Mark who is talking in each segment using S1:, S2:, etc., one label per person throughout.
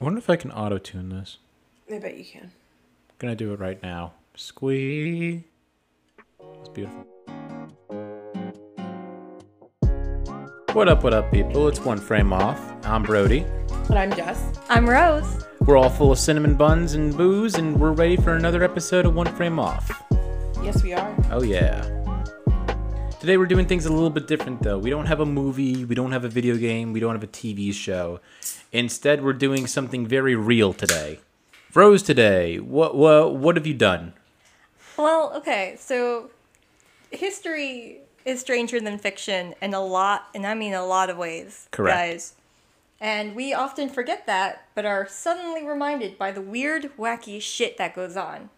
S1: I wonder if I can auto tune this.
S2: I bet you can.
S1: gonna do it right now. Squee. It's beautiful. What up, what up, people? It's One Frame Off. I'm Brody.
S2: But I'm Jess.
S3: I'm Rose.
S1: We're all full of cinnamon buns and booze, and we're ready for another episode of One Frame Off.
S2: Yes, we are.
S1: Oh, yeah. Today we're doing things a little bit different, though. We don't have a movie, we don't have a video game, we don't have a TV show. Instead, we're doing something very real today. Rose, today, what, what, what have you done?
S3: Well, okay, so history is stranger than fiction in a lot, and I mean a lot of ways,
S1: Correct.
S3: guys. And we often forget that, but are suddenly reminded by the weird, wacky shit that goes on.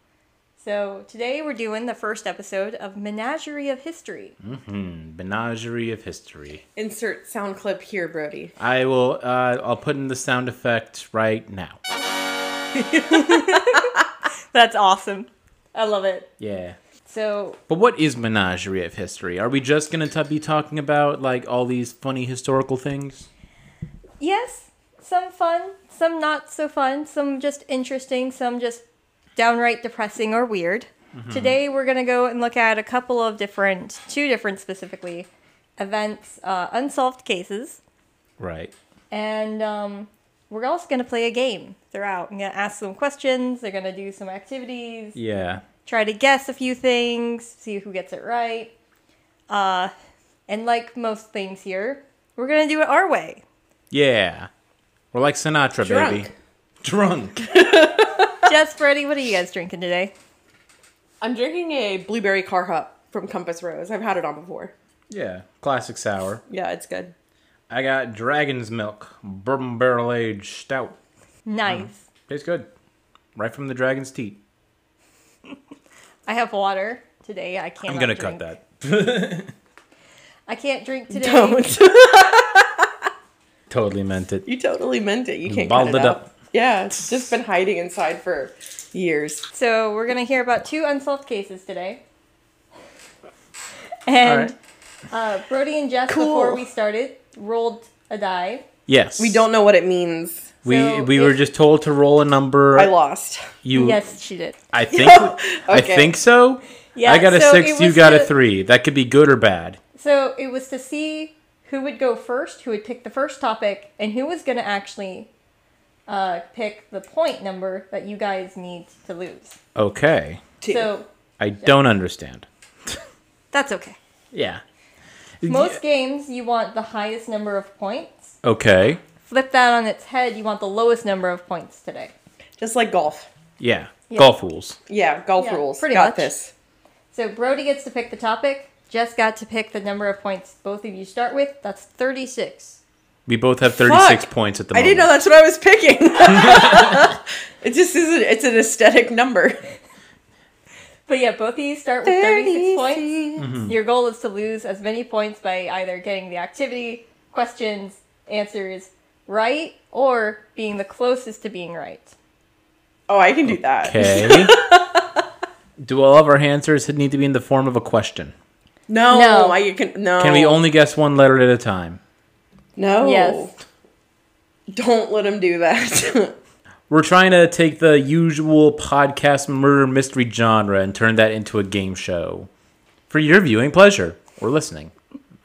S3: So today we're doing the first episode of Menagerie of History.
S1: Menagerie of History.
S2: Insert sound clip here, Brody.
S1: I will. Uh, I'll put in the sound effect right now.
S3: That's awesome. I love it.
S1: Yeah.
S3: So
S1: But what is Menagerie of History? Are we just gonna t- be talking about like all these funny historical things?
S3: Yes, some fun, some not so fun, some just interesting, some just downright depressing or weird. Today we're going to go and look at a couple of different, two different specifically, events, uh, unsolved cases,
S1: Right.
S3: and um, we're also going to play a game throughout. I'm going to ask some questions, they're going to do some activities,
S1: Yeah.
S3: try to guess a few things, see who gets it right. Uh, and like most things here, we're going to do it our way.
S1: Yeah. We're like Sinatra, baby. Drunk.
S3: Jess, Brady, what are you guys drinking today?
S2: I'm drinking a blueberry car hop from Compass Rose. I've had it on before.
S1: yeah. Classic sour.
S2: Yeah, it's good.
S1: I got Dragon's Milk Bourbon Barrel Aged Stout. Uh-huh.
S3: Nice.
S1: Tastes good. Right from the dragon's teeth.
S3: I have water today. I can't.
S1: I'm gonna cut that.
S3: I can't drink today.
S2: Don't.
S1: Totally meant it.
S2: you totally meant it. You can't
S1: Balled
S2: cut it,
S1: it
S2: up.
S1: up.
S2: Yeah, it's just been hiding inside for years.
S3: So we're gonna hear about two unsolved cases today. And uh, Brody and Jess,
S2: Cool.
S3: before we started, rolled a die.
S1: Yes.
S2: We don't know what it means.
S1: We
S3: So
S1: we
S3: if-
S1: were just told to roll a number.
S2: I lost.
S1: You
S3: Yes, she did.
S1: I think I
S2: Okay.
S1: think so.
S3: Yeah,
S1: I got a
S3: so
S1: six.
S3: it
S1: You
S3: was
S1: got a
S3: the-
S1: three. That could be good or bad.
S3: So it was to see who would go first, who would pick the first topic, and who was gonna actually uh, pick the point number that you guys need to lose.
S1: Okay,
S2: Two.
S3: So
S1: I don't understand.
S3: that's okay.
S1: Yeah.
S3: Most games, you want the highest number of points.
S1: Okay.
S3: flip that on its head, you want the lowest number of points today.
S2: just like golf.
S1: Yeah.
S3: Yeah.
S1: Golf rules.
S2: Yeah, golf
S3: Yeah,
S2: rules.
S3: pretty
S2: Got
S3: much.
S2: this.
S3: So Brody gets to pick the topic. Jess got to pick the number of points both of you start with. That's 36.
S1: We both have thirty-six
S2: Fuck!
S1: points at the
S2: I
S1: moment.
S2: didn't know that's what I was picking. it just isn't. It's an aesthetic number.
S3: But yeah, both of you start with 36 points. Your goal is to lose as many points by either getting the activity, questions, answers right, or being the closest to being right.
S2: Oh, I can do that.
S1: Okay. Do all of our answers need to be in the form of a question?
S2: No,
S3: No.
S2: I can no.
S1: Can we only guess one letter at a time?
S2: No.
S3: Yes.
S2: Don't let him do that.
S1: We're trying to take the usual podcast murder mystery genre and turn that into a game show for your viewing pleasure or listening,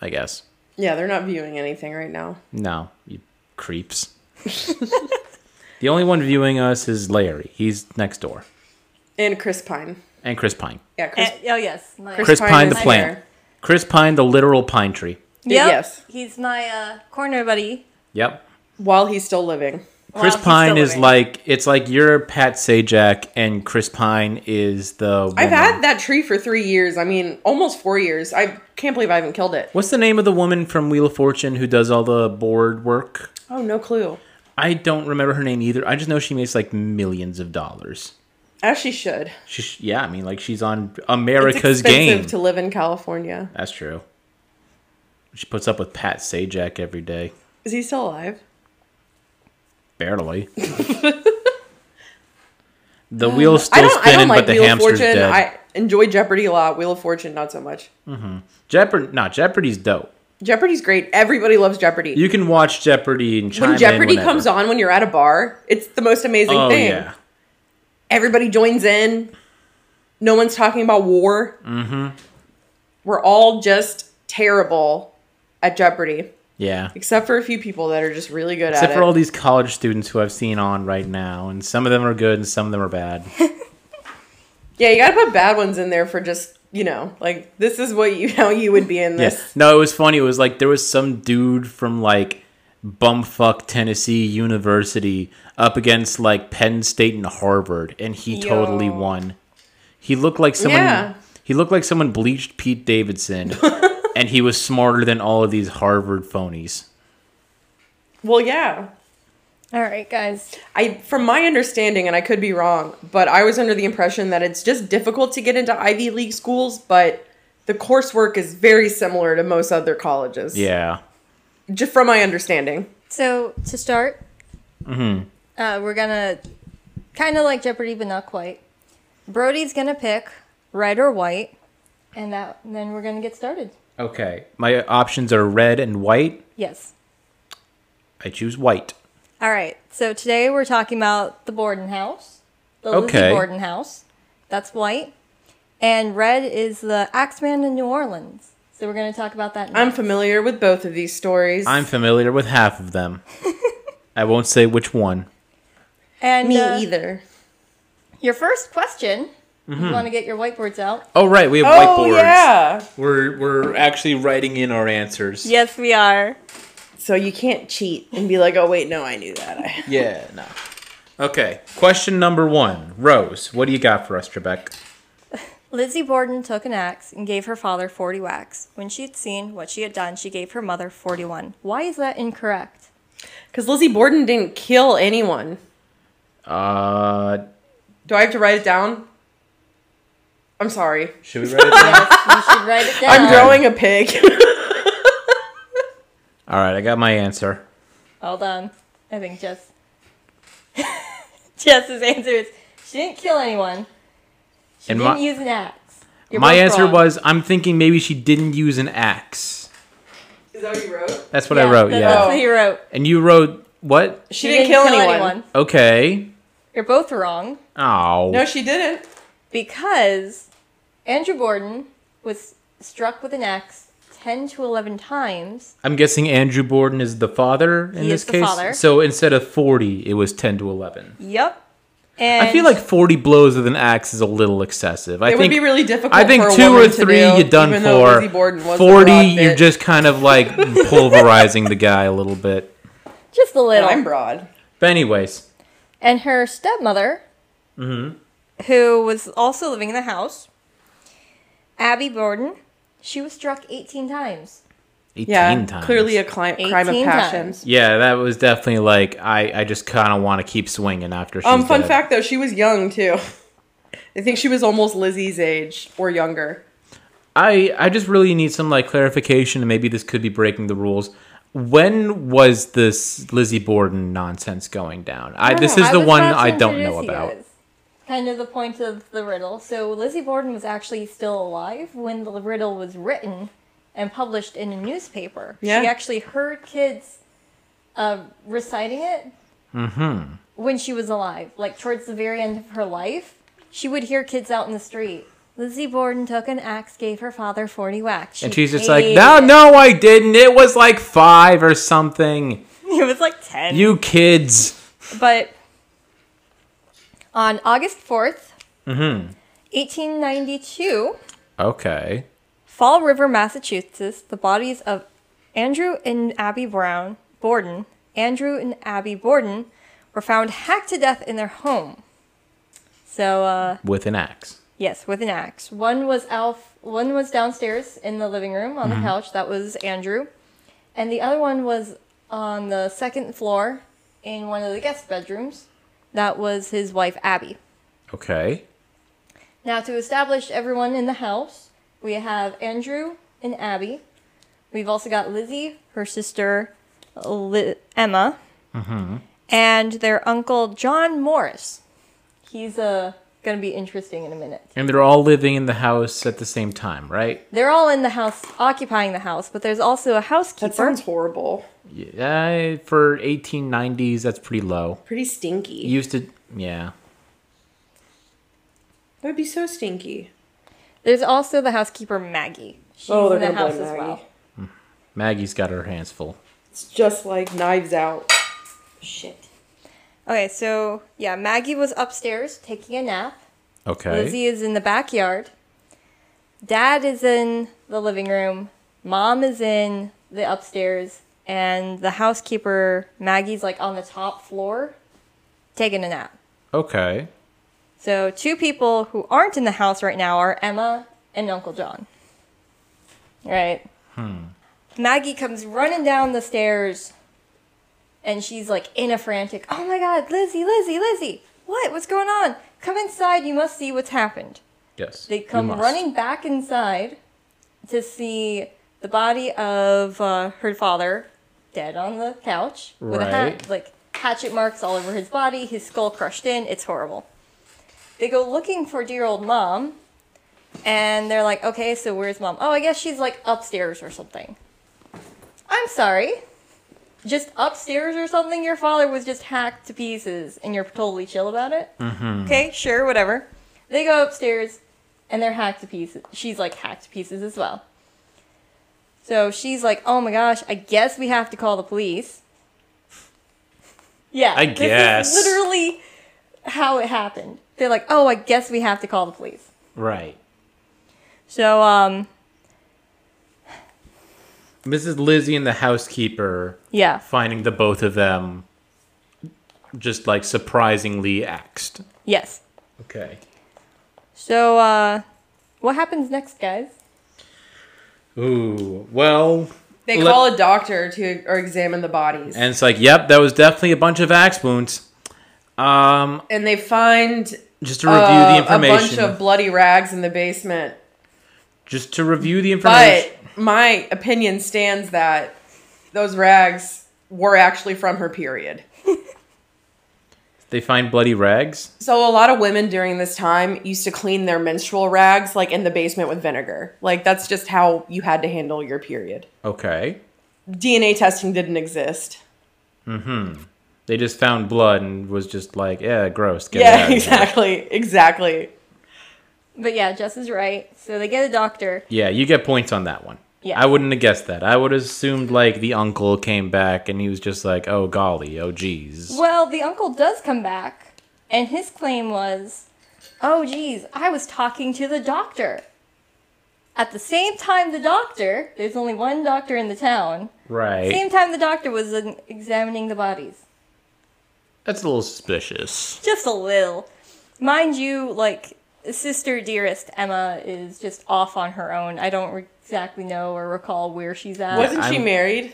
S1: I guess.
S2: yeah, they're not viewing anything right now.
S1: No, you creeps. the only one viewing us is Larry. He's next door.
S2: And Chris Pine.
S1: And Chris Pine.
S2: Yeah, Chris.
S3: Eh, oh, yes. My,
S1: Chris Pine,
S2: is
S1: the plant.
S2: there.
S1: Chris Pine, the literal pine tree.
S3: Yep,
S2: yes.
S3: He's my uh, corner buddy.
S1: Yep.
S2: While he's still living.
S1: Chris
S3: Wow, he's
S1: Pine
S3: still
S1: is
S3: living.
S1: like it's like you're Pat Sajak and Chris Pine is the woman.
S2: I've had that tree for three years. I mean, almost four years. I can't believe I haven't killed it.
S1: What's the name of the woman from Wheel of Fortune who does all the board work?
S2: Oh, no clue.
S1: I don't remember her name either. I just know she makes like millions of dollars.
S2: As she should.
S1: She, sh- yeah, I mean like she's on
S2: It's
S1: America's
S2: expensive
S1: game.
S2: to live in California.
S1: That's true. She puts up with Pat Sajak every day.
S2: Is he still alive?
S1: Barely. the wheel's
S2: I
S1: still
S2: don't. I
S1: spinning,
S2: don't like
S1: but the
S2: Wheel of
S1: hamster's
S2: Fortune.
S1: dead.
S2: I enjoy Jeopardy a lot. Wheel of Fortune, not so much.
S1: Jeopardy, no, Jeopardy's dope.
S2: Jeopardy's great. Everybody loves Jeopardy.
S1: You can watch Jeopardy and chime
S2: when Jeopardy
S1: in whenever.
S2: comes on when you're at a bar, it's the most amazing
S1: Oh
S2: thing.
S1: yeah.
S2: Everybody joins in. No one's talking about war. Mm-hmm. We're all just terrible at Jeopardy,
S1: Yeah.
S2: except for a few people that are just really good
S1: Except
S2: at
S1: for
S2: it.
S1: all these college students who I've seen on right now, and some of them are good and some of them are bad.
S2: yeah, you gotta put bad ones in there for just you know, like this is what you how you would be in this.
S1: Yes. No, it was funny. It was like there was some dude from like bumfuck Tennessee University up against like Penn State and Harvard, and he
S3: Yo.
S1: totally won. He looked like someone.
S2: Yeah.
S1: He looked like someone bleached Pete Davidson, and he was smarter than all of these Harvard phonies.
S2: Well, yeah.
S3: All right, guys.
S2: I from my understanding, and I could be wrong, but I was under the impression that it's just difficult to get into Ivy League schools, but the coursework is very similar to most other colleges.
S1: Yeah.
S2: Just from my understanding.
S3: So to start, uh, we're gonna kind of like Jeopardy, but not quite. Brody's gonna pick red or white, and that and then we're gonna get started.
S1: Okay. My options are red and white.
S3: Yes.
S1: I choose white.
S3: All right. So today we're talking about the Borden house, the
S1: Okay.
S3: Lizzie Borden house. That's white, and red is the Axeman in New Orleans. So we're gonna talk about that. Next.
S2: I'm familiar with both of these stories.
S1: I'm familiar with half of them. I won't say which one.
S3: and
S2: me
S3: uh,
S2: either.
S3: Your first question. You want to get your whiteboards out?
S1: Oh right, we have
S2: Oh
S1: whiteboards.
S2: yeah.
S1: We're we're actually writing in our answers.
S3: Yes, we are.
S2: So you can't cheat and be like, oh wait, no, I knew that. I-
S1: Yeah, no. Okay. Question number one. Rose, what do you got for us, Trebek?
S3: Lizzie Borden took an axe and gave her father 40 whacks. When she'd seen what she had done, she gave her mother 41. Why is that incorrect?
S2: Because Lizzie Borden didn't kill anyone.
S1: Uh
S2: Do I have to write it down? I'm sorry.
S1: should we write it down?
S3: You should write it down.
S2: I'm growing a pig.
S1: Alright, I got my answer.
S3: All done. I think Jess. Jess's answer is she didn't kill anyone. She
S1: And
S3: didn't
S1: my-
S3: use an axe. You're
S1: my
S3: both
S1: answer
S3: wrong.
S1: was I'm thinking maybe she didn't use an axe.
S2: Is that what you wrote?
S1: That's what
S3: Yeah,
S1: I wrote,
S3: that-
S1: yeah.
S3: That's what he wrote.
S1: And you wrote what?
S2: She, didn't, kill, anyone.
S1: Okay.
S3: You're both wrong
S1: Oh.
S2: No, she didn't.
S3: because Andrew Borden was struck with an axe 10 to 11 times
S1: I'm guessing Andrew Borden is the father in
S3: He
S1: this
S3: is the
S1: case.
S3: father.
S1: So instead of 40, it was 10 to 11.
S3: Yep. And
S1: I feel like 40 blows with an axe is a little excessive. I
S2: It
S1: think
S2: would be really difficult.
S1: I think
S2: for a
S1: two or
S2: woman to
S1: three
S2: do,
S1: you're done
S2: even though
S1: for.
S2: Lizzie Borden was the
S1: Forty,
S2: broad
S1: you're
S2: bit.
S1: just kind of like pulverizing the guy a little bit.
S3: just a little.
S2: I'm broad.
S1: But anyways,
S3: and her stepmother, who was also living in the house, Abby Borden, she was struck 18 times.
S1: eighteen
S2: Yeah,
S1: times.
S2: clearly a cli- crime of
S3: 18
S2: passion.
S3: times.
S1: yeah, that was definitely like I. I just kind of want to keep swinging after. She's
S2: Um, fun
S1: dead.
S2: fact though, she was young too. I think she was almost Lizzie's age or younger.
S1: I. I just really need some like clarification, and maybe this could be breaking the rules. When was this Lizzie Borden nonsense going down? I. this is
S3: I
S1: the
S3: was
S1: one
S3: about to
S1: I don't
S3: introduce
S1: know
S3: you
S1: about.
S3: guys. Kind of the point of the riddle. So Lizzie Borden was actually still alive when the riddle was written and published in a newspaper.
S2: Yeah.
S3: She actually heard kids uh, reciting it
S1: Mm-hmm.
S3: when she was alive, like towards the very end of her life. She would hear kids out in the street. Lizzie Borden took an axe, gave her father 40 whacks.
S1: And
S3: She
S1: she's just like,
S3: hated
S1: no,
S3: it."
S1: no, I didn't. It was like five or something.
S3: It was like 10.
S1: You kids.
S3: But on August 4th, 1892,
S1: Okay.
S3: Fall River, Massachusetts, the bodies of Andrew and Abby Brown Borden, Andrew and Abby Borden, were found hacked to death in their home. So, uh,
S1: With an axe.
S3: yes, with an axe. One was Alf. One was downstairs in the living room on the couch. That was Andrew, and the other one was on the second floor in one of the guest bedrooms. That was his wife Abby.
S1: Okay.
S3: Now, to establish everyone in the house, we have Andrew and Abby. We've also got Lizzie, her sister Li- Emma, and their uncle John Morris. He's a going to be interesting in a minute.
S1: And they're all living in the house at the same time, right?
S3: They're all in the house, occupying the house, but there's also a housekeeper.
S2: That sounds horrible.
S1: Yeah, for 1890s, that's pretty low.
S2: Pretty stinky.
S1: Used to, yeah.
S2: that would be so stinky.
S3: there's also the housekeeper Maggie. She's
S2: Oh, they're
S3: in the
S2: gonna blame
S3: house as
S2: Maggie.
S3: well.
S1: Maggie's got her hands full.
S2: It's just like Knives Out.
S3: Shit. Okay, so yeah, Maggie was upstairs taking a nap.
S1: Okay.
S3: Lizzie is in the backyard. Dad is in the living room. Mom is in the upstairs. And the housekeeper, Maggie's like on the top floor taking a nap.
S1: Okay.
S3: So, two people who aren't in the house right now are Emma and Uncle John. Right? Maggie comes running down the stairs and she's like in a frantic, Oh my god, Lizzie, Lizzie, Lizzie, what? What's going on? Come inside, you must see what's happened.
S1: Yes.
S3: They
S1: you
S3: come
S1: must.
S3: running back inside to see the body of uh, her father dead on the couch with a
S1: Right.
S3: hat, like hatchet marks all over his body, his skull crushed in. It's horrible. They go looking for dear old mom, and they're like, okay, so where's mom? Oh, I guess she's like upstairs or something. I'm sorry. Just upstairs or something? Your father was just hacked to pieces and you're totally chill about it?
S1: Mm-hmm.
S3: Okay, sure, whatever. They go upstairs and they're hacked to pieces. She's like hacked to pieces as well. So she's like, oh my gosh, I guess we have to call the police. Yeah.
S1: I
S3: this is
S1: guess.
S3: literally how it happened. They're like, oh, I guess we have to call the police.
S1: Right.
S3: So, um,
S1: Mrs. Lizzie and the housekeeper
S3: yeah.
S1: finding the both of them just like surprisingly axed.
S3: Yes.
S1: Okay.
S3: So, uh, what happens next, guys?
S1: Ooh. Well,
S2: They
S1: Let-
S2: call a doctor to or examine the bodies.
S1: and it's like, yep, that was definitely a bunch of axe wounds. Um,
S2: And they find
S1: just to review
S2: uh,
S1: the information.
S2: a bunch of bloody rags in the basement.
S1: just to review the information.
S2: But my opinion stands that those rags were actually from her period.
S1: they find bloody rags.
S2: So a lot of women during this time used to clean their menstrual rags like in the basement with vinegar. Like that's just how you had to handle your period.
S1: Okay.
S2: DNA testing didn't exist.
S1: They just found blood and was just like, yeah, gross. Get it out
S2: yeah,
S1: of here."
S2: exactly. Exactly.
S3: But yeah, Jess is right. So they get a doctor.
S1: Yeah, you get points on that one.
S3: Yeah.
S1: I wouldn't have guessed that. I would have assumed like the uncle came back and he was just like, oh golly, oh geez.
S3: Well, the uncle does come back, and his claim was, "Oh, geez, I was talking to the doctor." At the same time, the doctor, there's only one doctor in the town.
S1: Right.
S3: Same time, the doctor was uh, examining the bodies.
S1: That's a little suspicious.
S3: just a little. Mind you, like sister dearest Emma is just off on her own. I don't re- exactly know or recall where she's at.
S2: Wasn't she
S1: I'm-
S2: married?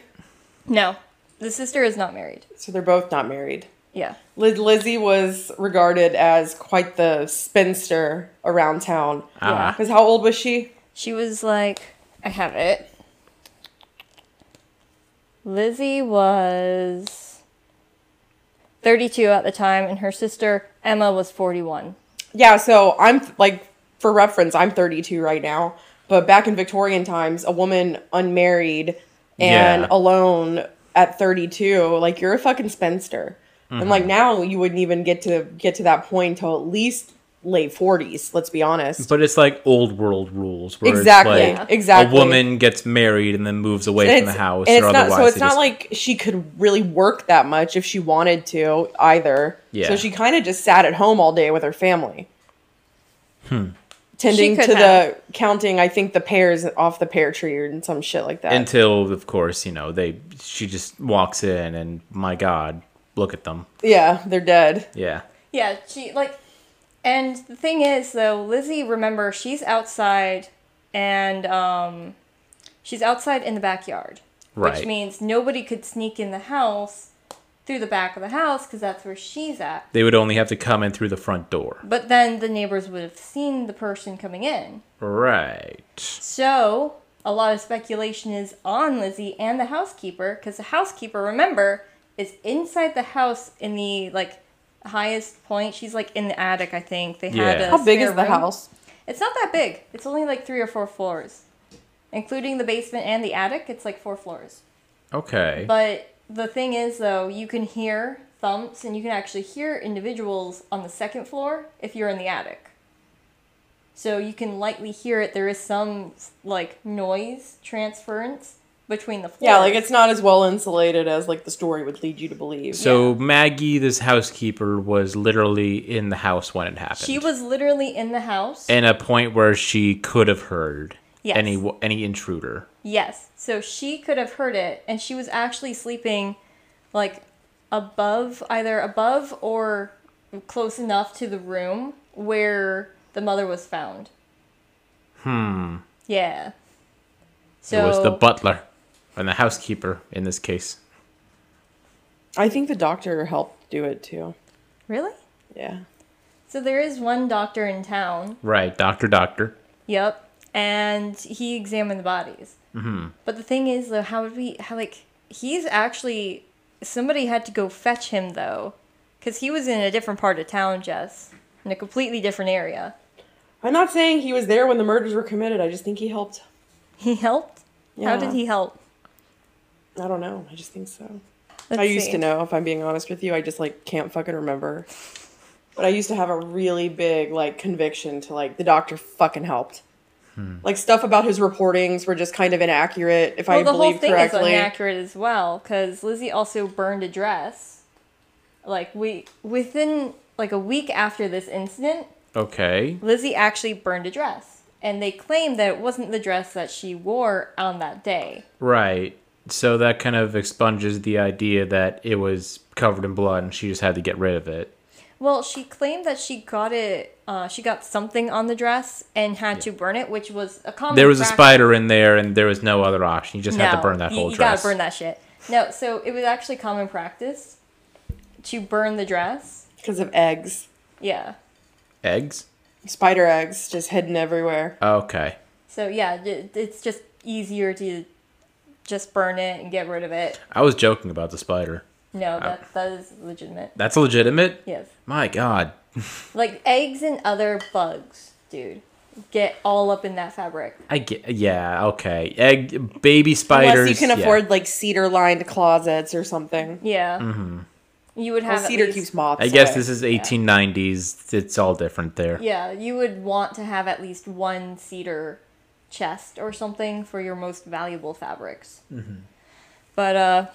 S3: No, the sister is not married.
S2: So they're both not married.
S3: Yeah,
S2: Liz- Lizzie was regarded as quite the spinster around town.
S1: Ah.
S2: Because how old was she?
S3: she was like, I have it. Lizzie was thirty-two at the time, and her sister Emma was forty-one.
S2: Yeah, so I'm like, for reference, I'm 32 right now. But back in Victorian times, a woman unmarried and
S1: Yeah.
S2: alone at 32, like you're a fucking spinster. And like now, you wouldn't even get to get to that point till at least late 40s. Let's be honest.
S1: But it's like old world rules where
S2: Exactly,
S1: it's like
S2: exactly.
S1: a woman gets married and then moves away
S2: And
S1: from the
S2: it's-
S1: house
S2: and
S1: or
S2: it's not,
S1: otherwise.
S2: so it's
S1: they
S2: not
S1: just-
S2: like she could really work that much if she wanted to either.
S1: Yeah.
S2: So she kind of just sat at home all day with her family.
S1: Hmm.
S2: Tending
S3: She could
S2: to the
S3: have.
S2: counting, I think the pears off the pear tree or some shit like that.
S1: until of course, you know, they she just walks in and my god, look at them.
S2: yeah, they're dead.
S1: Yeah.
S3: Yeah, she like and the thing is though, Lizzie remember she's outside and um she's outside in the backyard.
S1: Right.
S3: Which means nobody could sneak in the house through the back of the house cuz that's where she's at.
S1: They would only have to come in through the front door.
S3: But then the neighbors would have seen the person coming in.
S1: Right.
S3: So, a lot of speculation is on Lizzie and the housekeeper cuz the housekeeper remember is inside the house in the like highest point, she's like in the attic, I think. They had
S1: Yeah.
S3: a
S1: How
S2: How big is
S3: spare
S2: the
S3: room.
S2: house?
S3: It's not that big. It's only like three or four floors, including the basement and the attic. It's like four floors.
S1: Okay.
S3: But the thing is, though, you can hear thumps and you can actually hear individuals on the second floor if you're in the attic. So you can lightly hear it. There is some like noise transference between the floors.
S2: Yeah, like it's not as well insulated as like the story would lead you to believe.
S1: so Maggie, this housekeeper, was literally in the house when it happened.
S3: She was literally in the house.
S1: in a point where she could have heard
S3: Yes.
S1: any any intruder.
S3: Yes. So she could have heard it, and she was actually sleeping, like, above, either above or close enough to the room where the mother was found. Hmm. Yeah. So
S1: it was the butler and the housekeeper in this case.
S2: I think the doctor helped do it too.
S3: really.
S2: Yeah.
S3: So there is one doctor in town.
S1: Right, Doctor Doctor.
S3: Yep. And he examined the bodies. Mm-hmm. But the thing is, though, how would we? How like he's actually somebody had to go fetch him though, because he was in a different part of town, Jess, in a completely different area.
S2: I'm not saying he was there when the murders were committed. I just think he helped.
S3: He helped. How
S2: Yeah.
S3: did he help?
S2: I don't know. I just think so.
S3: Let's
S2: I used
S3: see.
S2: to know, if I'm being honest with you. I just like can't fucking remember. But I used to have a really big like conviction to like the doctor fucking helped.
S1: Hmm.
S2: Like stuff about his reportings were just kind of inaccurate if
S3: Well,
S2: I
S3: the whole
S2: believe
S3: thing is
S2: correctly.
S3: inaccurate as well, because Lizzie also burned a dress. Like we within like a week after this incident,
S1: Okay.
S3: Lizzie actually burned a dress, and they claimed that it wasn't the dress that she wore on that day.
S1: Right. So that kind of expunges the idea that it was covered in blood and she just had to get rid of it.
S3: Well, she claimed that she got it. Uh, she got something on the dress and had to burn it, which was a common.
S1: There was a
S3: practice.
S1: spider in there and there was no other option. You just had to burn that
S3: you-
S1: whole
S3: you
S1: dress.
S3: gotta burn that shit. No, so it was actually common practice to burn the dress.
S2: Because of eggs.
S3: Yeah.
S1: Eggs?
S2: Spider eggs just hidden everywhere.
S1: Okay.
S3: So yeah, it, it's just easier to just burn it and get rid of it.
S1: I was joking about the spider. Uh,
S3: No, that that is legitimate.
S1: That's legitimate?
S3: Yes.
S1: My god.
S3: Like eggs and other bugs, dude, get all up in that fabric.
S1: I get yeah, okay. Egg baby spiders.
S2: Unless you can
S1: yeah.
S2: afford like cedar lined closets or something.
S3: Yeah. Mm-hmm. You would have
S2: Well,
S3: at
S2: cedar
S3: least-
S2: keeps moths.
S1: I guess
S2: away.
S1: this is 1890s. It's all different there.
S3: Yeah, you would want to have at least one cedar chest or something for your most valuable fabrics. But uh,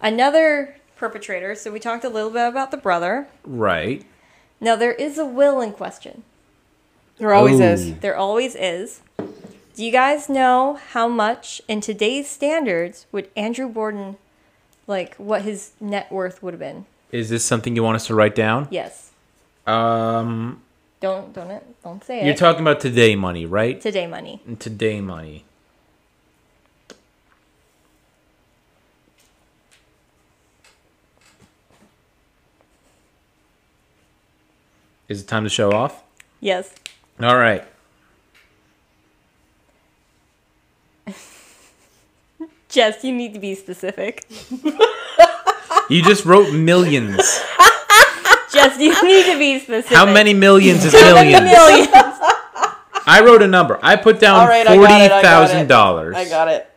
S3: another perpetrator. So we talked a little bit about the brother.
S1: Right.
S3: Now there is a will in question.
S2: There always
S1: Ooh.
S2: is.
S3: There always is. Do you guys know how much in today's standards would Andrew Borden like what his net worth would have been?
S1: Is this something you want us to write down?
S3: Yes.
S1: Um
S3: Don't don't it, don't say
S1: you're
S3: it.
S1: talking about today money, right?
S3: Today money.
S1: Today money. Is it time to show off?
S3: Yes.
S1: All right.
S3: Jess, you need to be specific.
S1: You just wrote millions.
S3: Jess, you need to be specific.
S1: How many millions is
S3: How many
S1: millions?
S3: millions?
S1: I wrote a number. I put down
S2: All right, I got it, I got it.
S1: $40,000.
S2: I got it.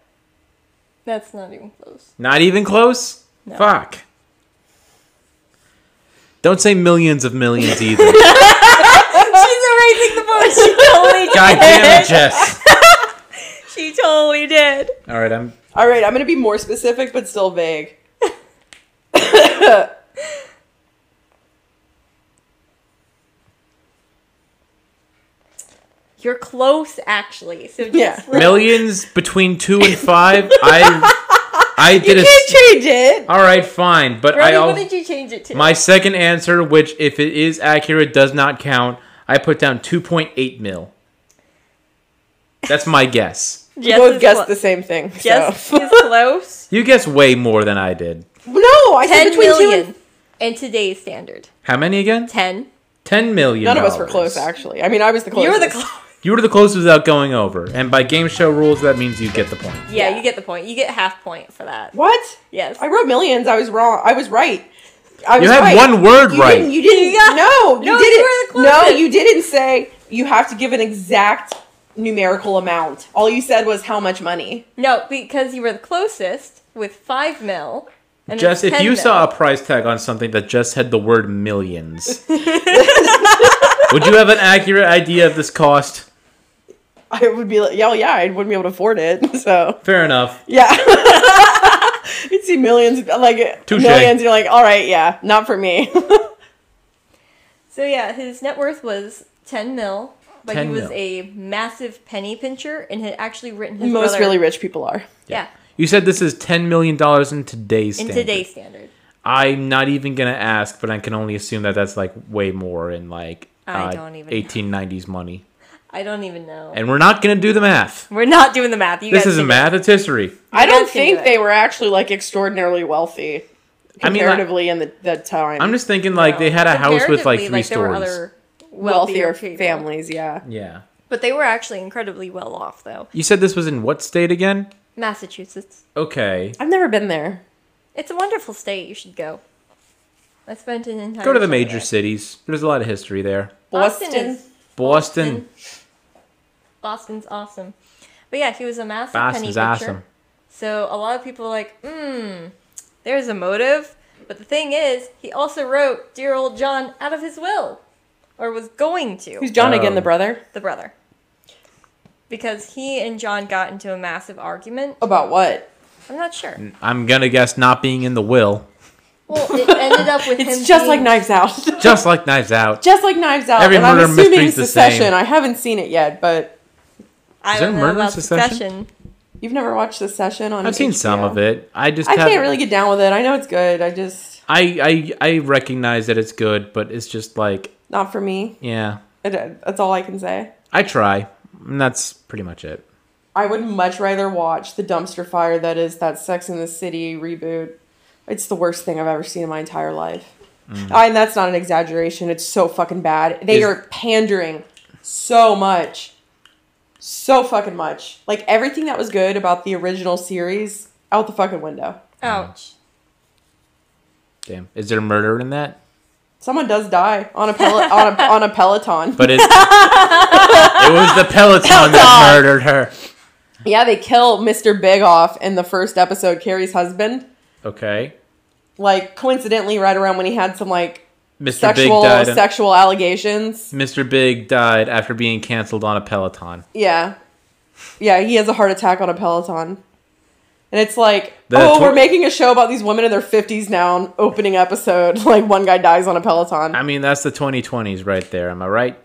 S3: That's not even close.
S1: Not even close?
S3: No.
S1: Fuck. Don't say millions of millions either.
S3: She's erasing the book. She totally did.
S1: God damn it, Jess.
S3: She totally did.
S1: All right, I'm
S2: All right, I'm gonna be more specific but still vague.
S3: You're close, actually. So just
S2: Yeah.
S3: let-
S1: millions between 2 and 5. I I did a
S2: Can't change it.
S1: All right, fine, but
S3: Brody,
S1: I
S3: what
S1: al-
S3: did you change it to?
S1: my second answer, which if it is accurate does not count, I put down 2.8 mil. That's my guess.
S2: We
S3: Jess
S2: both
S3: is
S2: guessed
S3: clo-
S2: the same thing.
S3: Jess
S2: so.
S3: is close.
S1: You guessed way more than I did.
S2: no, I said
S3: Ten
S2: between two
S3: million
S2: and
S3: in today's standard.
S1: How many again?
S3: Ten.
S1: 10 million.
S2: none of us were
S1: dollars.
S2: close. Actually, I mean, I was the closest.
S3: You're the close.
S1: You were the closest without going over. And by game show rules, that means you get the point.
S3: Yeah,
S2: Yeah.
S3: you get the point. You get half point for that.
S2: What?
S3: Yes.
S2: I wrote millions. I was wrong. I was right. I was
S1: You had
S2: right.
S1: one word
S2: You
S1: right.
S2: didn't- you didn't.
S3: Yeah.
S2: No, you
S3: No, you
S2: didn't.
S3: were
S2: no,
S3: the closest.
S2: you didn't say you have to give an exact numerical amount. All you said was how much money.
S3: No, because you were the closest with five mil. And it
S1: Jess,
S3: was
S1: if
S3: 10
S1: you
S3: mil.
S1: saw a price tag on something that just had the word millions, would you have an accurate idea of this cost?
S2: I would be like, yeah, yeah, I wouldn't be able to afford it. So
S1: Fair enough.
S2: yeah, you'd see millions, like
S1: Touche.
S2: millions. And you're like, all right, yeah, not for me.
S3: so yeah, his net worth was ten mil, but
S1: 10
S3: he was
S1: mil.
S3: a massive penny pincher and had actually written his
S2: Most
S3: brother-
S2: really rich people are.
S3: yeah
S1: You said this is ten million dollars in today's
S3: in
S1: standard.
S3: today's standard.
S1: I'm not even gonna ask, but I can only assume that that's like way more in like
S3: I
S1: uh,
S3: don't even know.
S1: 1890s money.
S3: I don't even know.
S1: And we're not gonna do the math.
S3: we're not doing the math. You
S1: This
S3: guys
S1: isn't
S3: can-
S1: math; it's history.
S2: I don't
S3: guys can do
S2: think
S3: it.
S2: they were actually like extraordinarily wealthy
S1: I mean, like-
S2: comparatively in the, the time.
S1: I'm just thinking like they had a house with like
S3: Comparatively,
S1: three
S3: there were
S1: stories.
S3: other
S2: wealthier,
S3: people.
S2: families, yeah.
S1: Yeah.
S3: but they were actually incredibly well off though.
S1: You said this was in what state again?
S3: Massachusetts,
S1: Okay.
S2: I've never been there.
S3: it's a wonderful state. You should go. I spent an entire
S1: Go to the
S3: summer
S1: major
S3: there.
S1: cities. There's a lot of history there.
S2: Boston.
S3: Boston is
S1: Boston.
S3: Boston's awesome. But yeah, he was a massive
S1: Boston's
S3: penny
S1: awesome.
S3: pincher. So a lot of people are like, hmm, there's a motive. But the thing is, he also wrote dear old John out of his will, or was going to,
S2: Who's John
S1: Oh.
S2: again, the brother?
S3: the brother. Because he and John got into a massive argument.
S2: About what?
S3: I'm not sure.
S1: I'm gonna guess not being in the will,
S3: Well, it ended up with him.
S2: It's just like
S3: being-
S2: Knives Out.
S1: just like Knives Out.
S2: just like Knives Out.
S1: Every
S2: and
S1: murder
S2: I'm assuming
S1: mystery's the same.
S2: Succession. I haven't seen it yet, but
S3: I
S1: Is
S3: don't
S1: there
S3: know
S1: murder in
S3: about
S1: Succession?
S3: succession.
S2: you've never watched Succession on
S1: I've seen some
S2: HBO?
S1: of it. I just
S2: I can't
S1: haven't-
S2: really get down with it. I know it's good. I just
S1: I, I I recognize that it's good, but it's just like
S2: not for me.
S1: yeah.
S2: It, that's all I can say.
S1: I try. And that's pretty much it.
S2: I would much rather watch the dumpster fire that is that Sex in the City reboot. It's the worst thing I've ever seen in my entire life. I, and that's not an exaggeration. It's so fucking bad. They
S1: Mm. Is-
S2: are pandering so much. So fucking much. Like everything that was good about the original series out the fucking window.
S3: Ouch.
S1: Damn. Is there murder in that?
S2: Someone does die on a pel- on a on a peloton.
S1: But it's it was the Peloton, that murdered her.
S2: yeah, they kill Mr. Big off in the first episode, Carrie's husband.
S1: Okay.
S2: Like coincidentally right around when he had some like
S1: Mr.
S2: sexual
S1: Big died.
S2: sexual allegations.
S1: Mr. Big died after being canceled on a Peloton.
S2: Yeah. Yeah, he has a heart attack on a Peloton. And it's like,
S1: The
S2: oh,
S1: tw-
S2: we're making a show about these women in their 50s now, and opening episode, like one guy dies on a Peloton.
S1: I mean, that's the 2020s right there. Am I right?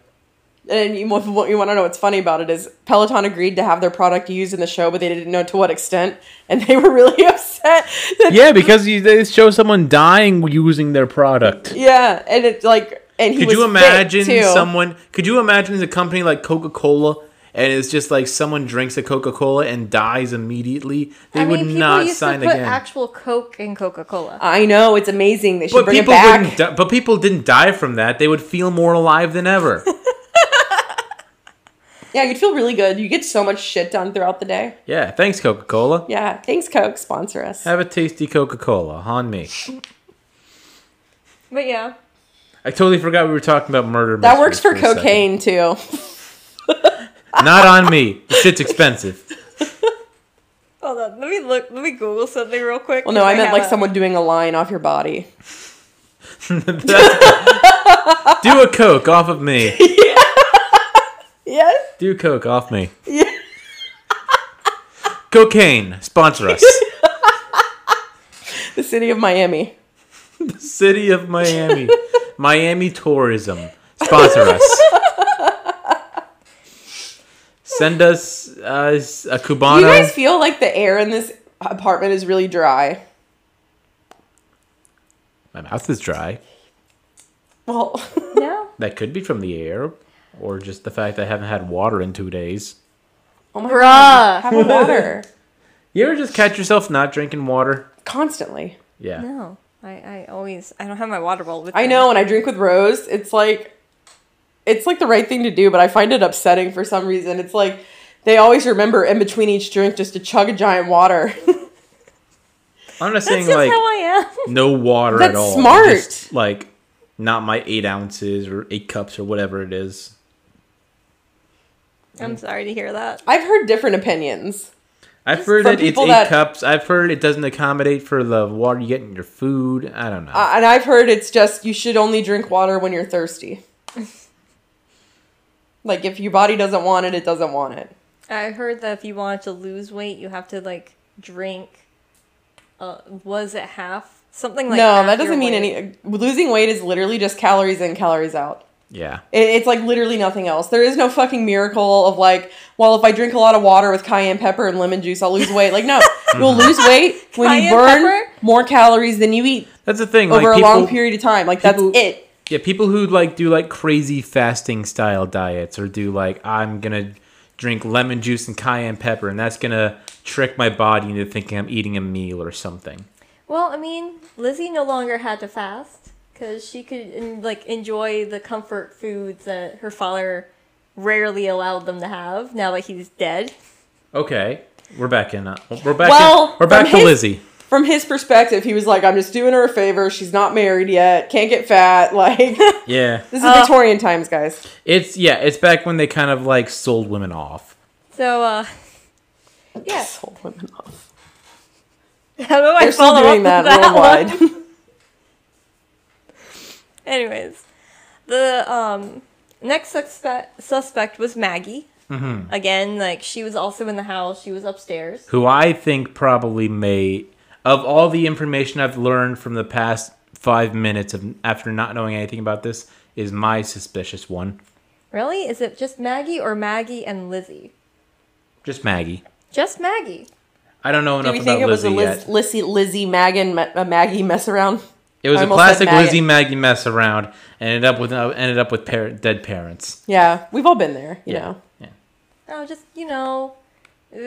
S2: And you, want- what you want to know what's funny about it is Peloton agreed to have their product used in the show, but they didn't know to what extent. And they were really upset. that-
S1: Yeah, because you, they show someone dying using their product.
S2: yeah. And it's like, and he
S1: Could
S2: was
S1: you
S2: fit,
S1: imagine
S2: too.
S1: someone? Could you imagine a company like Coca Cola, and it's just like someone drinks a Coca Cola and dies immediately? They
S3: I mean,
S1: would
S3: people
S1: not
S3: used
S1: sign
S3: to put
S1: again.
S3: actual Coke in Coca Cola.
S2: I know, it's amazing. They should
S1: but
S2: bring it
S1: people
S2: back.
S1: wouldn't. Di- but people didn't die from that. They would feel more alive than ever.
S2: Yeah, you'd feel really good. You get so much shit done throughout the day.
S1: yeah. Thanks, Coca Cola.
S2: Yeah. Thanks, Coke. Sponsor us.
S1: Have a tasty Coca Cola on me.
S3: But yeah,
S1: I totally forgot we were talking about murder.
S2: That
S1: mysteries
S2: works for
S1: a second.
S2: cocaine too.
S1: Not on me. The shit's expensive.
S3: Hold on, let me look. Let me Google something real quick.
S2: Well, no,
S3: 'cause
S2: I meant
S3: have
S2: like
S3: a-
S2: someone doing a line off your body.
S1: That's- Do a coke off of me.
S2: Yes.
S1: Do coke off me. Cocaine sponsor us.
S2: The city of Miami.
S1: City of Miami. Miami Tourism. Sponsor us. Send us uh, a
S2: Do
S1: Cubano.
S2: you guys feel like the air in this apartment is really dry?
S1: My mouth is dry.
S2: Well,
S3: No,
S1: That could be from the air or just the fact that I haven't had water in two days.
S2: oh my
S3: bruh.
S2: Have a water
S1: You ever just catch yourself not drinking water?
S2: constantly.
S1: Yeah.
S3: No, I, I always I don't have my water bottle with
S2: I
S3: me.
S2: know when I drink with Rose, it's like it's like the right thing to do, but I find it upsetting for some reason. It's like they always remember in between each drink just to chug a giant water.
S1: I'm not
S3: That's
S1: saying
S3: just
S1: like
S3: how I am.
S1: no water at
S2: That's
S1: all.
S2: smart.
S1: Just, like not my eight ounces or eight cups or whatever it is.
S2: mm.
S3: I'm sorry to hear that.
S2: I've heard different opinions.
S1: I've heard
S2: from
S1: that it's
S2: people
S1: eight
S2: that-
S1: cups. I've heard it doesn't accommodate for the water you get in your food. I don't know.
S2: Uh, and I've heard it's just you should only drink water when you're thirsty. like if your body doesn't want it, it doesn't want it.
S3: I heard that if you want to lose weight, you have to like drink. Uh, was it half something like?
S2: no,
S3: half
S2: that
S3: your
S2: doesn't mean
S3: weight.
S2: any. Losing weight is literally just calories in, calories out.
S1: yeah.
S2: It, it's like literally nothing else. There is no fucking miracle of like, well, if I drink a lot of water with cayenne pepper and lemon juice, I'll lose weight. Like, no, you'll lose weight when you
S3: Cayenne
S2: burn
S3: pepper?
S2: more calories than you eat
S1: That's the thing.
S2: over
S1: like
S2: a
S1: people,
S2: long period of time. Like, that's
S1: people-
S2: it.
S1: Yeah, people who like do like crazy fasting style diets or do like I'm gonna drink lemon juice and cayenne pepper and that's gonna trick my body into thinking I'm eating a meal or something.
S3: Well, I mean, Lizzie no longer had to fast because she could en- like enjoy the comfort foods that her father rarely allowed them to have. Now that he's dead,
S1: Okay, we're back in. Uh, we're back.
S2: Well,
S1: in, we're back
S2: from
S1: to
S2: his-
S1: Lizzie.
S2: From his perspective, he was like, I'm just doing her a favor. She's not married yet. Can't get fat. Like, this
S1: Yeah,
S2: is
S3: Uh,
S2: Victorian times, guys.
S1: it's yeah, it's back when they kind of like sold women off.
S3: so uh, yeah.
S2: Sold women off.
S3: How do I
S2: They're still
S3: follow
S2: doing that,
S3: up with that one?
S2: worldwide.
S3: Anyways, the um, next suspect suspect was Maggie. Mm-hmm. Again, like she was also in the house. She was upstairs.
S1: Who I think probably made of all the information I've learned from the past five minutes of after not knowing anything about this is my suspicious one.
S3: Really? Is it just Maggie or Maggie and Lizzie?
S1: Just Maggie.
S3: Just Maggie.
S1: I don't know
S2: Do
S1: enough
S2: we
S1: about
S2: think it was
S1: Lizzie
S2: a
S1: yet.
S2: Liz, Lizzie, Lizzie, Magan, Ma- uh, Maggie mess around?
S1: It was
S2: I
S1: a
S2: almost said
S1: classic
S2: maggot.
S1: Lizzie Maggie mess around, and ended up with uh, ended up with par- dead parents.
S2: Yeah, we've all been there, you know.
S1: yeah.
S3: Oh, just you know,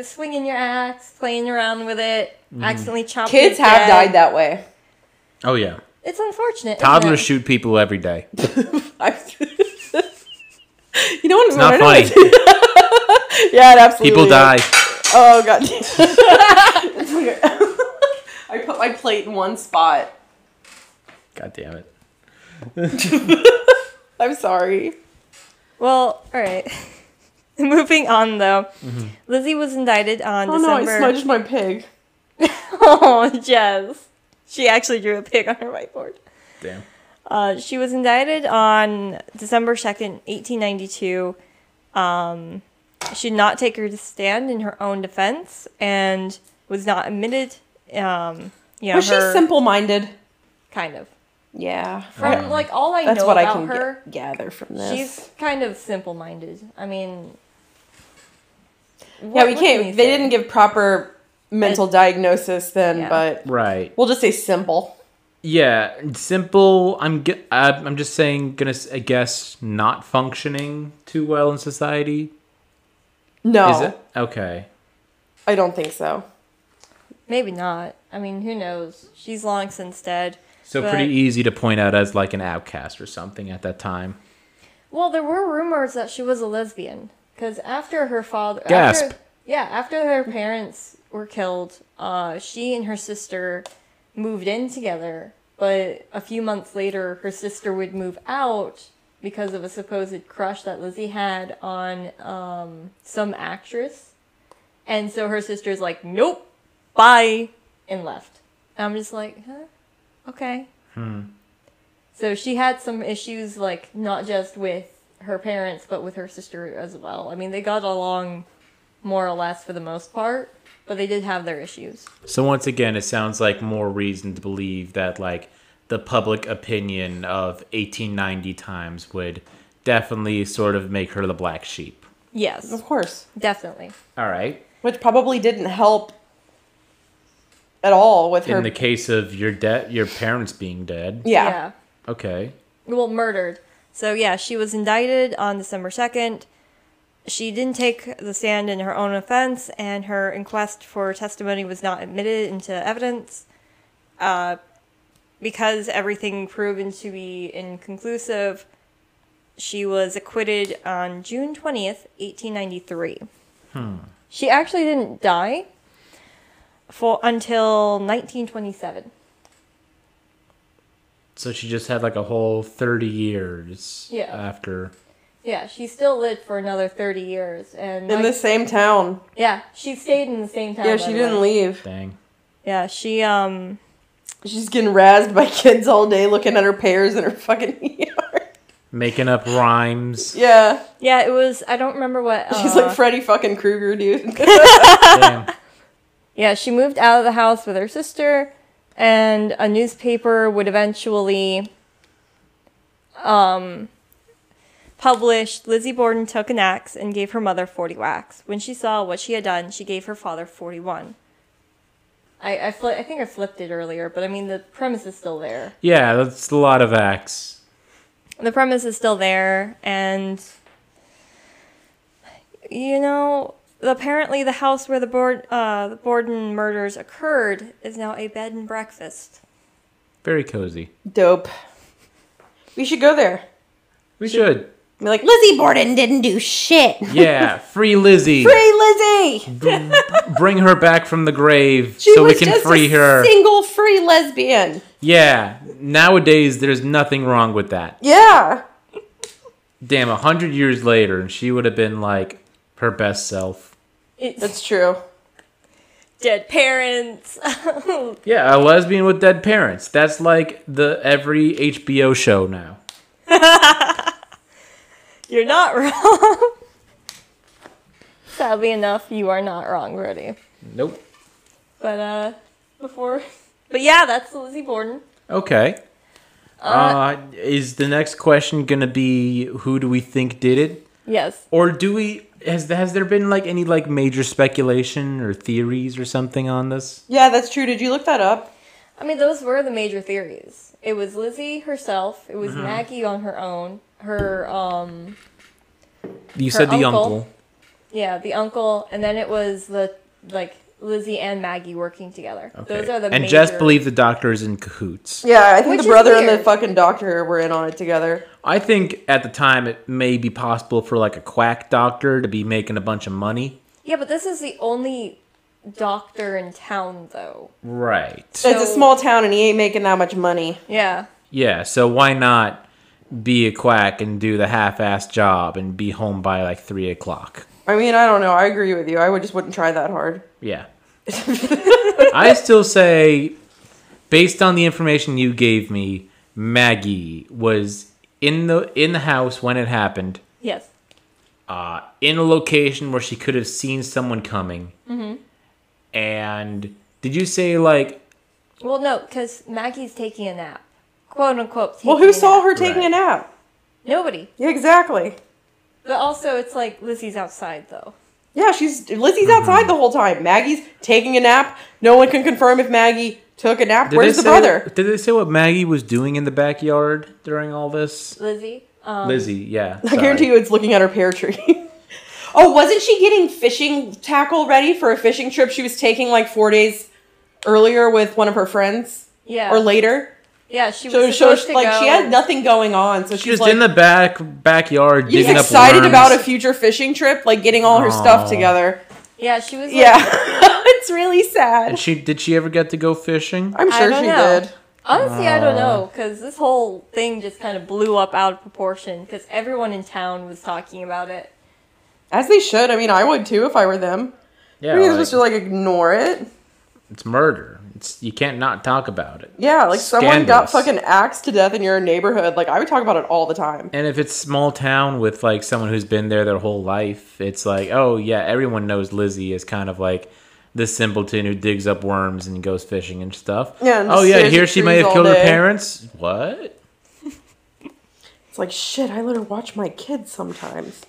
S3: swinging your axe, playing around with it, accidentally chopping.
S2: Kids have died that way.
S1: Oh yeah,
S3: It's unfortunate. isn't
S1: toddlers
S3: it?
S1: shoot people every day. It's
S2: I- you know what? It's
S1: not funny.
S2: yeah, it absolutely.
S1: People
S2: is.
S1: die.
S2: Oh god. It's okay. I put my plate in one spot.
S1: God damn it.
S2: I'm sorry.
S3: Well, all right. Moving on though, Lizzie was indicted on
S2: Oh no, I
S3: December.
S2: smudged my pig.
S3: oh, Jess. She actually drew a pig on her whiteboard.
S1: Damn.
S3: Uh, she was indicted on December 2nd, 1892. Um, she did not take her stand in her own defense and was not admitted. Um, you know,
S2: Was she
S3: her-
S2: simple-minded?
S3: Kind of.
S2: Yeah.
S3: From,
S1: Um,
S3: like, all I
S2: That's
S3: know
S2: what I
S3: about
S2: can
S3: her,
S2: ga- gather from this.
S3: she's kind of simple minded. I mean.
S2: yeah,
S3: what-
S2: we can't.
S3: what can you
S2: they
S3: say?
S2: didn't give proper mental diagnosis then,
S3: Yeah.
S2: but
S1: Right.
S2: we'll just say simple.
S1: Yeah. Simple. I'm. G- I- I'm just saying. Gonna. s- I guess not functioning too well in society.
S2: No,
S1: Is it okay?
S2: I don't think so.
S3: Maybe not. I mean, who knows? She's long since dead.
S1: So
S3: But-
S1: pretty easy to point out as like an outcast or something at that time.
S3: Well, there were rumors that she was a lesbian because after her father,
S1: Gasp.
S3: After, yeah, after her parents were killed, uh, she and her sister moved in together. But a few months later, her sister would move out because of a supposed crush that Lizzie had on um, some actress, and so her sister's like, "Nope, bye," and left. And I'm just like, huh? okay. So she had some issues, like not just with her parents, but with her sister as well. I mean, they got along more or less for the most part, but they did have their issues.
S1: So once again, it sounds like more reason to believe that like the public opinion of 1890 times would definitely sort of make her the black sheep.
S3: Yes,
S2: Of course.
S3: definitely.
S1: All right.
S2: which probably didn't help at all with her.
S1: In the case of your debt, your parents being dead.
S2: yeah.
S1: Okay.
S3: Well, murdered. So yeah, she was indicted on December 2nd. She didn't take the stand in her own offense, and her inquest for testimony was not admitted into evidence uh, because everything proven to be inconclusive. She was acquitted on June 20th, 1893. She actually didn't die. for until 1927.
S1: So she just had like a whole 30 years
S3: Yeah.
S1: after.
S3: Yeah, she still lived for another 30 years, and
S2: in
S3: like-
S2: the same town.
S3: yeah, she stayed in the same town.
S2: Yeah,
S3: by
S2: she
S3: the
S2: didn't
S3: way.
S2: leave.
S1: Dang.
S3: Yeah, she um.
S2: She's getting razzed by kids all day looking at her pears in her fucking yard.
S1: Making up rhymes.
S2: Yeah.
S3: Yeah, it was. I don't remember what.
S2: She's
S3: uh,
S2: like Freddy fucking Krueger, dude.
S1: Damn.
S3: Yeah, she moved out of the house with her sister, and a newspaper would eventually um, publish Lizzie Borden took an axe and gave her mother 40 whacks. When she saw what she had done, she gave her father 41. I, I, fli I think I flipped it earlier, but I mean, the premise is still there.
S1: Yeah, that's a lot of acts.
S3: the premise is still there and you know apparently the house where the board uh the Borden murders occurred is now a bed and breakfast.
S1: Very cozy.
S2: Dope. We should go there.
S1: We should.
S2: Be like, Lizzie Borden didn't do shit.
S1: Yeah, free Lizzie.
S2: Free Lizzie!
S1: Bring her back from the grave
S2: She
S1: so we
S2: was
S1: can
S2: just
S1: free
S2: a
S1: her.
S2: single free lesbian.
S1: yeah, nowadays there's nothing wrong with that.
S2: Yeah.
S1: Damn, a hundred years later, and she would have been like her best self.
S3: It's
S2: That's true.
S3: dead parents.
S1: Yeah, a lesbian with dead parents. That's like the every HBO show now.
S3: You're not wrong. Sadly enough, you are not wrong, Brody.
S1: Nope.
S3: But uh before but yeah, that's Lizzie Borden.
S1: Okay. Uh, is the next question gonna be who do we think did it?
S3: Yes.
S1: or do we has has there been like any like major speculation or theories or something on this
S2: Yeah, that's true. Did you look that up?
S3: I mean, those were the major theories. It was Lizzie herself. It was Maggie on her own. Her, um,
S1: you
S3: Her
S1: said the
S3: uncle.
S1: uncle
S3: yeah, the uncle, and then it was the like Lizzie and Maggie working together. Those are the
S1: and
S3: major...
S1: Jess believed the doctor's in cahoots.
S2: Yeah, I think
S3: Which
S2: the
S3: is
S2: brother and
S3: weird.
S2: the fucking doctor were in on it together.
S1: I think at the time it may be possible for like a quack doctor to be making a bunch of money.
S3: Yeah, but this is the only doctor in town, though.
S1: Right.
S2: it's a
S3: So-
S2: small town and he ain't making that much money.
S3: Yeah,
S1: Yeah, so why not be a quack and do the half ass job and be home by like three o'clock?
S2: I mean, I don't know. I agree with you. I would just wouldn't try that hard.
S1: Yeah. I still say, based on the information you gave me, Maggie was in the in the house when it happened,
S3: yes,
S1: uh, in a location where she could have seen someone coming.
S2: Mm-hmm.
S1: And did you say like
S3: Well, no, because Maggie's taking a nap, quote unquote.
S2: Well,
S3: taking
S2: who
S3: a
S2: saw
S3: nap.
S2: her taking a
S1: Right.
S2: nap?
S3: Nobody.
S2: Yeah, exactly.
S3: But also, it's like Lizzie's outside, though.
S2: Yeah, she's Lizzie's
S1: Mm-hmm.
S2: outside the whole time. Maggie's taking a nap. No one can confirm if Maggie took a nap.
S1: did
S2: Where's
S1: they say,
S2: the brother?
S1: Did they say what Maggie was doing in the backyard during all this?
S3: Lizzie. Um,
S1: Lizzie, yeah.
S2: I guarantee you, it's looking at her pear tree. oh, wasn't she getting fishing tackle ready for a fishing trip she was taking like four days earlier with one of her friends
S3: Yeah.
S2: or later?
S3: Yeah, she was
S2: So, so
S3: supposed to
S2: like
S3: go.
S2: she had nothing going on, so she was
S1: Just
S2: like
S1: in the back backyard
S2: she's
S1: digging up
S2: excited about a
S1: worms.
S2: future fishing trip, like getting all her
S1: Aw.
S2: stuff together.
S3: Yeah, she was.
S2: Yeah,
S3: Like,
S2: it's really sad.
S1: And she did she ever get to go fishing?
S2: I'm
S3: I
S2: sure
S3: don't
S2: she
S3: know.
S2: did.
S3: honestly, I don't
S1: Uh.
S3: know because this whole thing just kind of blew up out of proportion because everyone in town was talking about it.
S2: As they should. I mean, I would too if I were them.
S1: Yeah,
S2: You're
S1: like-
S2: supposed to like ignore it.
S1: It's murder. It's you can't not talk about it.
S2: Yeah, like someone got
S1: Scandalous.
S2: fucking axed to death in your neighborhood. Like I would talk about it all the time.
S1: And if it's small town with like someone who's been there their whole life, it's like, oh yeah, everyone knows Lizzie is kind of like the simpleton who digs up worms and goes fishing and stuff.
S2: Yeah, and
S1: oh yeah,
S2: stares at
S1: here she may have
S2: trees all
S1: killed her
S2: day.
S1: parents. What?
S2: It's like shit. I let her watch my kids sometimes.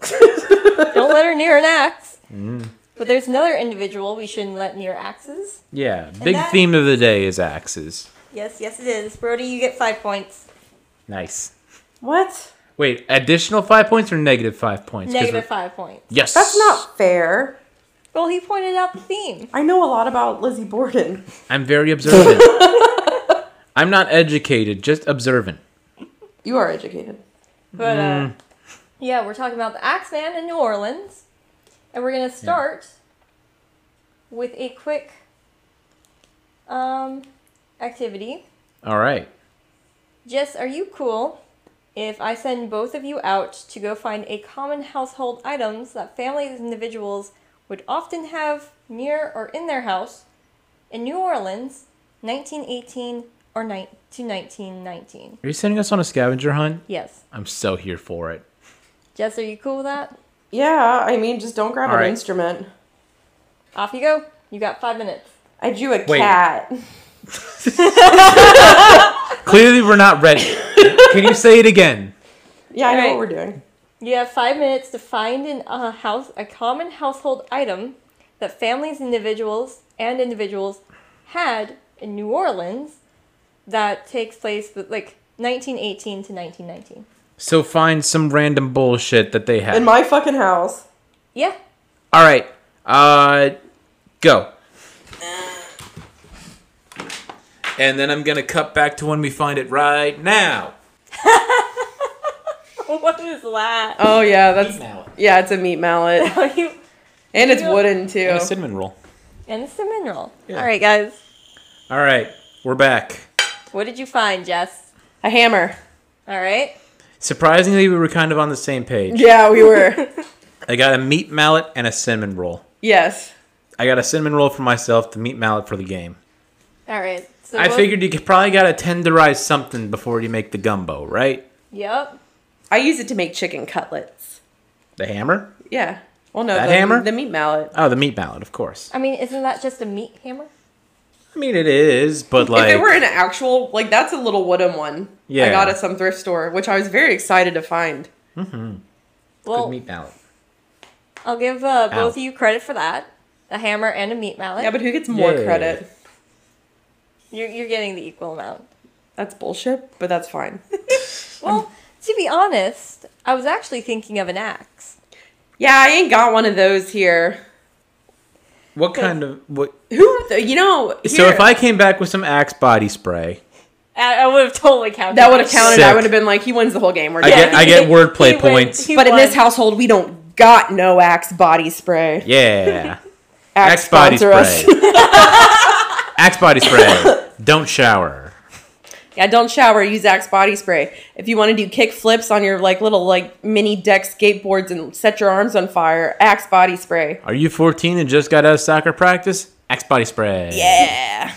S3: Don't let her near an axe.
S1: Mm.
S3: But there's another individual we shouldn't let near axes.
S1: Yeah. Big
S3: that-
S1: theme of the day is axes.
S3: Yes, yes, it is. Brody, you get five points.
S1: Nice.
S2: What?
S1: Wait, additional five points or negative five points? 'Cause
S3: Negative
S1: we're-
S3: five points.
S1: Yes.
S2: That's not fair.
S3: Well, he pointed out the theme.
S2: I know a lot about Lizzie Borden.
S1: I'm very observant. I'm not educated, just observant.
S2: You are educated.
S3: But
S1: Mm.
S3: uh, yeah, we're talking about the Axeman in New Orleans, and we're gonna start with a quick um, activity.
S1: All right.
S3: Jess, are you cool if I send both of you out to go find a common household items that families and individuals would often have near or in their house in New Orleans, 1918 or ni- to 1919?
S1: Are you sending us on a scavenger hunt?
S3: Yes.
S1: I'm so here for it.
S3: Jess, are you cool with that?
S2: Yeah, I mean, just don't grab
S1: All
S2: an
S1: right.
S2: instrument.
S3: Off you go. You got five minutes.
S2: I drew a
S1: Wait.
S2: cat.
S1: Clearly, we're not ready. Can you say it again?
S2: Yeah, I know
S3: All right.
S2: what we're doing.
S3: You have five minutes to find an, a house, a common household item that families, individuals, and individuals had in New Orleans that takes place with like 1918 to 1919.
S1: So find some random bullshit that they had.
S2: In my fucking house.
S3: Yeah,
S1: All right. Uh, go. And then I'm gonna cut back to when we find it right now.
S3: what is that?
S2: Oh yeah, that's
S1: Now.
S2: yeah, it's a meat mallet,
S1: Oh.
S3: you,
S2: and it's
S3: Yeah.
S2: wooden too.
S1: And a cinnamon roll.
S3: and it's a mineral.
S1: Yeah.
S3: All right, guys,
S1: All right, we're back.
S3: what did you find, Jess?
S2: A hammer.
S3: All right,
S1: Surprisingly, we were kind of on the same page.
S2: Yeah, we were.
S1: I got a meat mallet and a cinnamon roll.
S2: yes.
S1: I got a cinnamon roll for myself, the meat mallet for the game.
S3: all right. So
S1: I
S3: what-
S1: figured you could probably gotta tenderize something before you make the gumbo, right?
S3: Yep.
S2: I use it to make chicken cutlets.
S1: The hammer?
S2: Yeah. Well, no,
S1: That
S2: the,
S1: hammer?
S2: the meat mallet.
S1: Oh, the meat mallet, of course.
S3: I mean, isn't that just a meat hammer?
S1: I mean, it is, but like,
S2: if it were an actual, like that's a little wooden one. I
S1: Yeah.
S2: got at some thrift store, which I was very excited to find.
S1: good
S3: Well,
S1: meat mallet.
S3: I'll give uh, both
S1: Ow.
S3: of you credit for that. A hammer and a meat mallet.
S2: Yeah, but who gets more
S1: Yay.
S2: credit?
S3: You're, you're getting the equal amount.
S2: That's bullshit, but that's fine.
S3: Well, to be honest, I was actually thinking of an axe.
S2: yeah, I ain't got one of those here.
S1: What kind of what?
S2: Who, th- you know?
S1: So
S2: here-
S1: if I came back with some Axe body spray,
S3: I, I would have totally counted.
S2: that would have counted, I
S1: Sick.
S2: would have been like, he wins the whole game. We're
S1: I
S2: done.
S1: get I get wordplay
S3: He wins.
S1: points.
S3: He
S2: but in
S3: won.
S2: this household, we don't got no Axe body spray.
S1: yeah,
S2: Axe,
S1: Axe body
S2: sponsor us.
S1: spray. Axe body spray. Don't shower.
S2: Yeah, don't shower. Use Axe body spray. If you want to do kick flips on your like little like mini deck skateboards and set your arms on fire, Axe body spray.
S1: Are you 14 and just got out of soccer practice? Axe body spray.
S2: Yeah.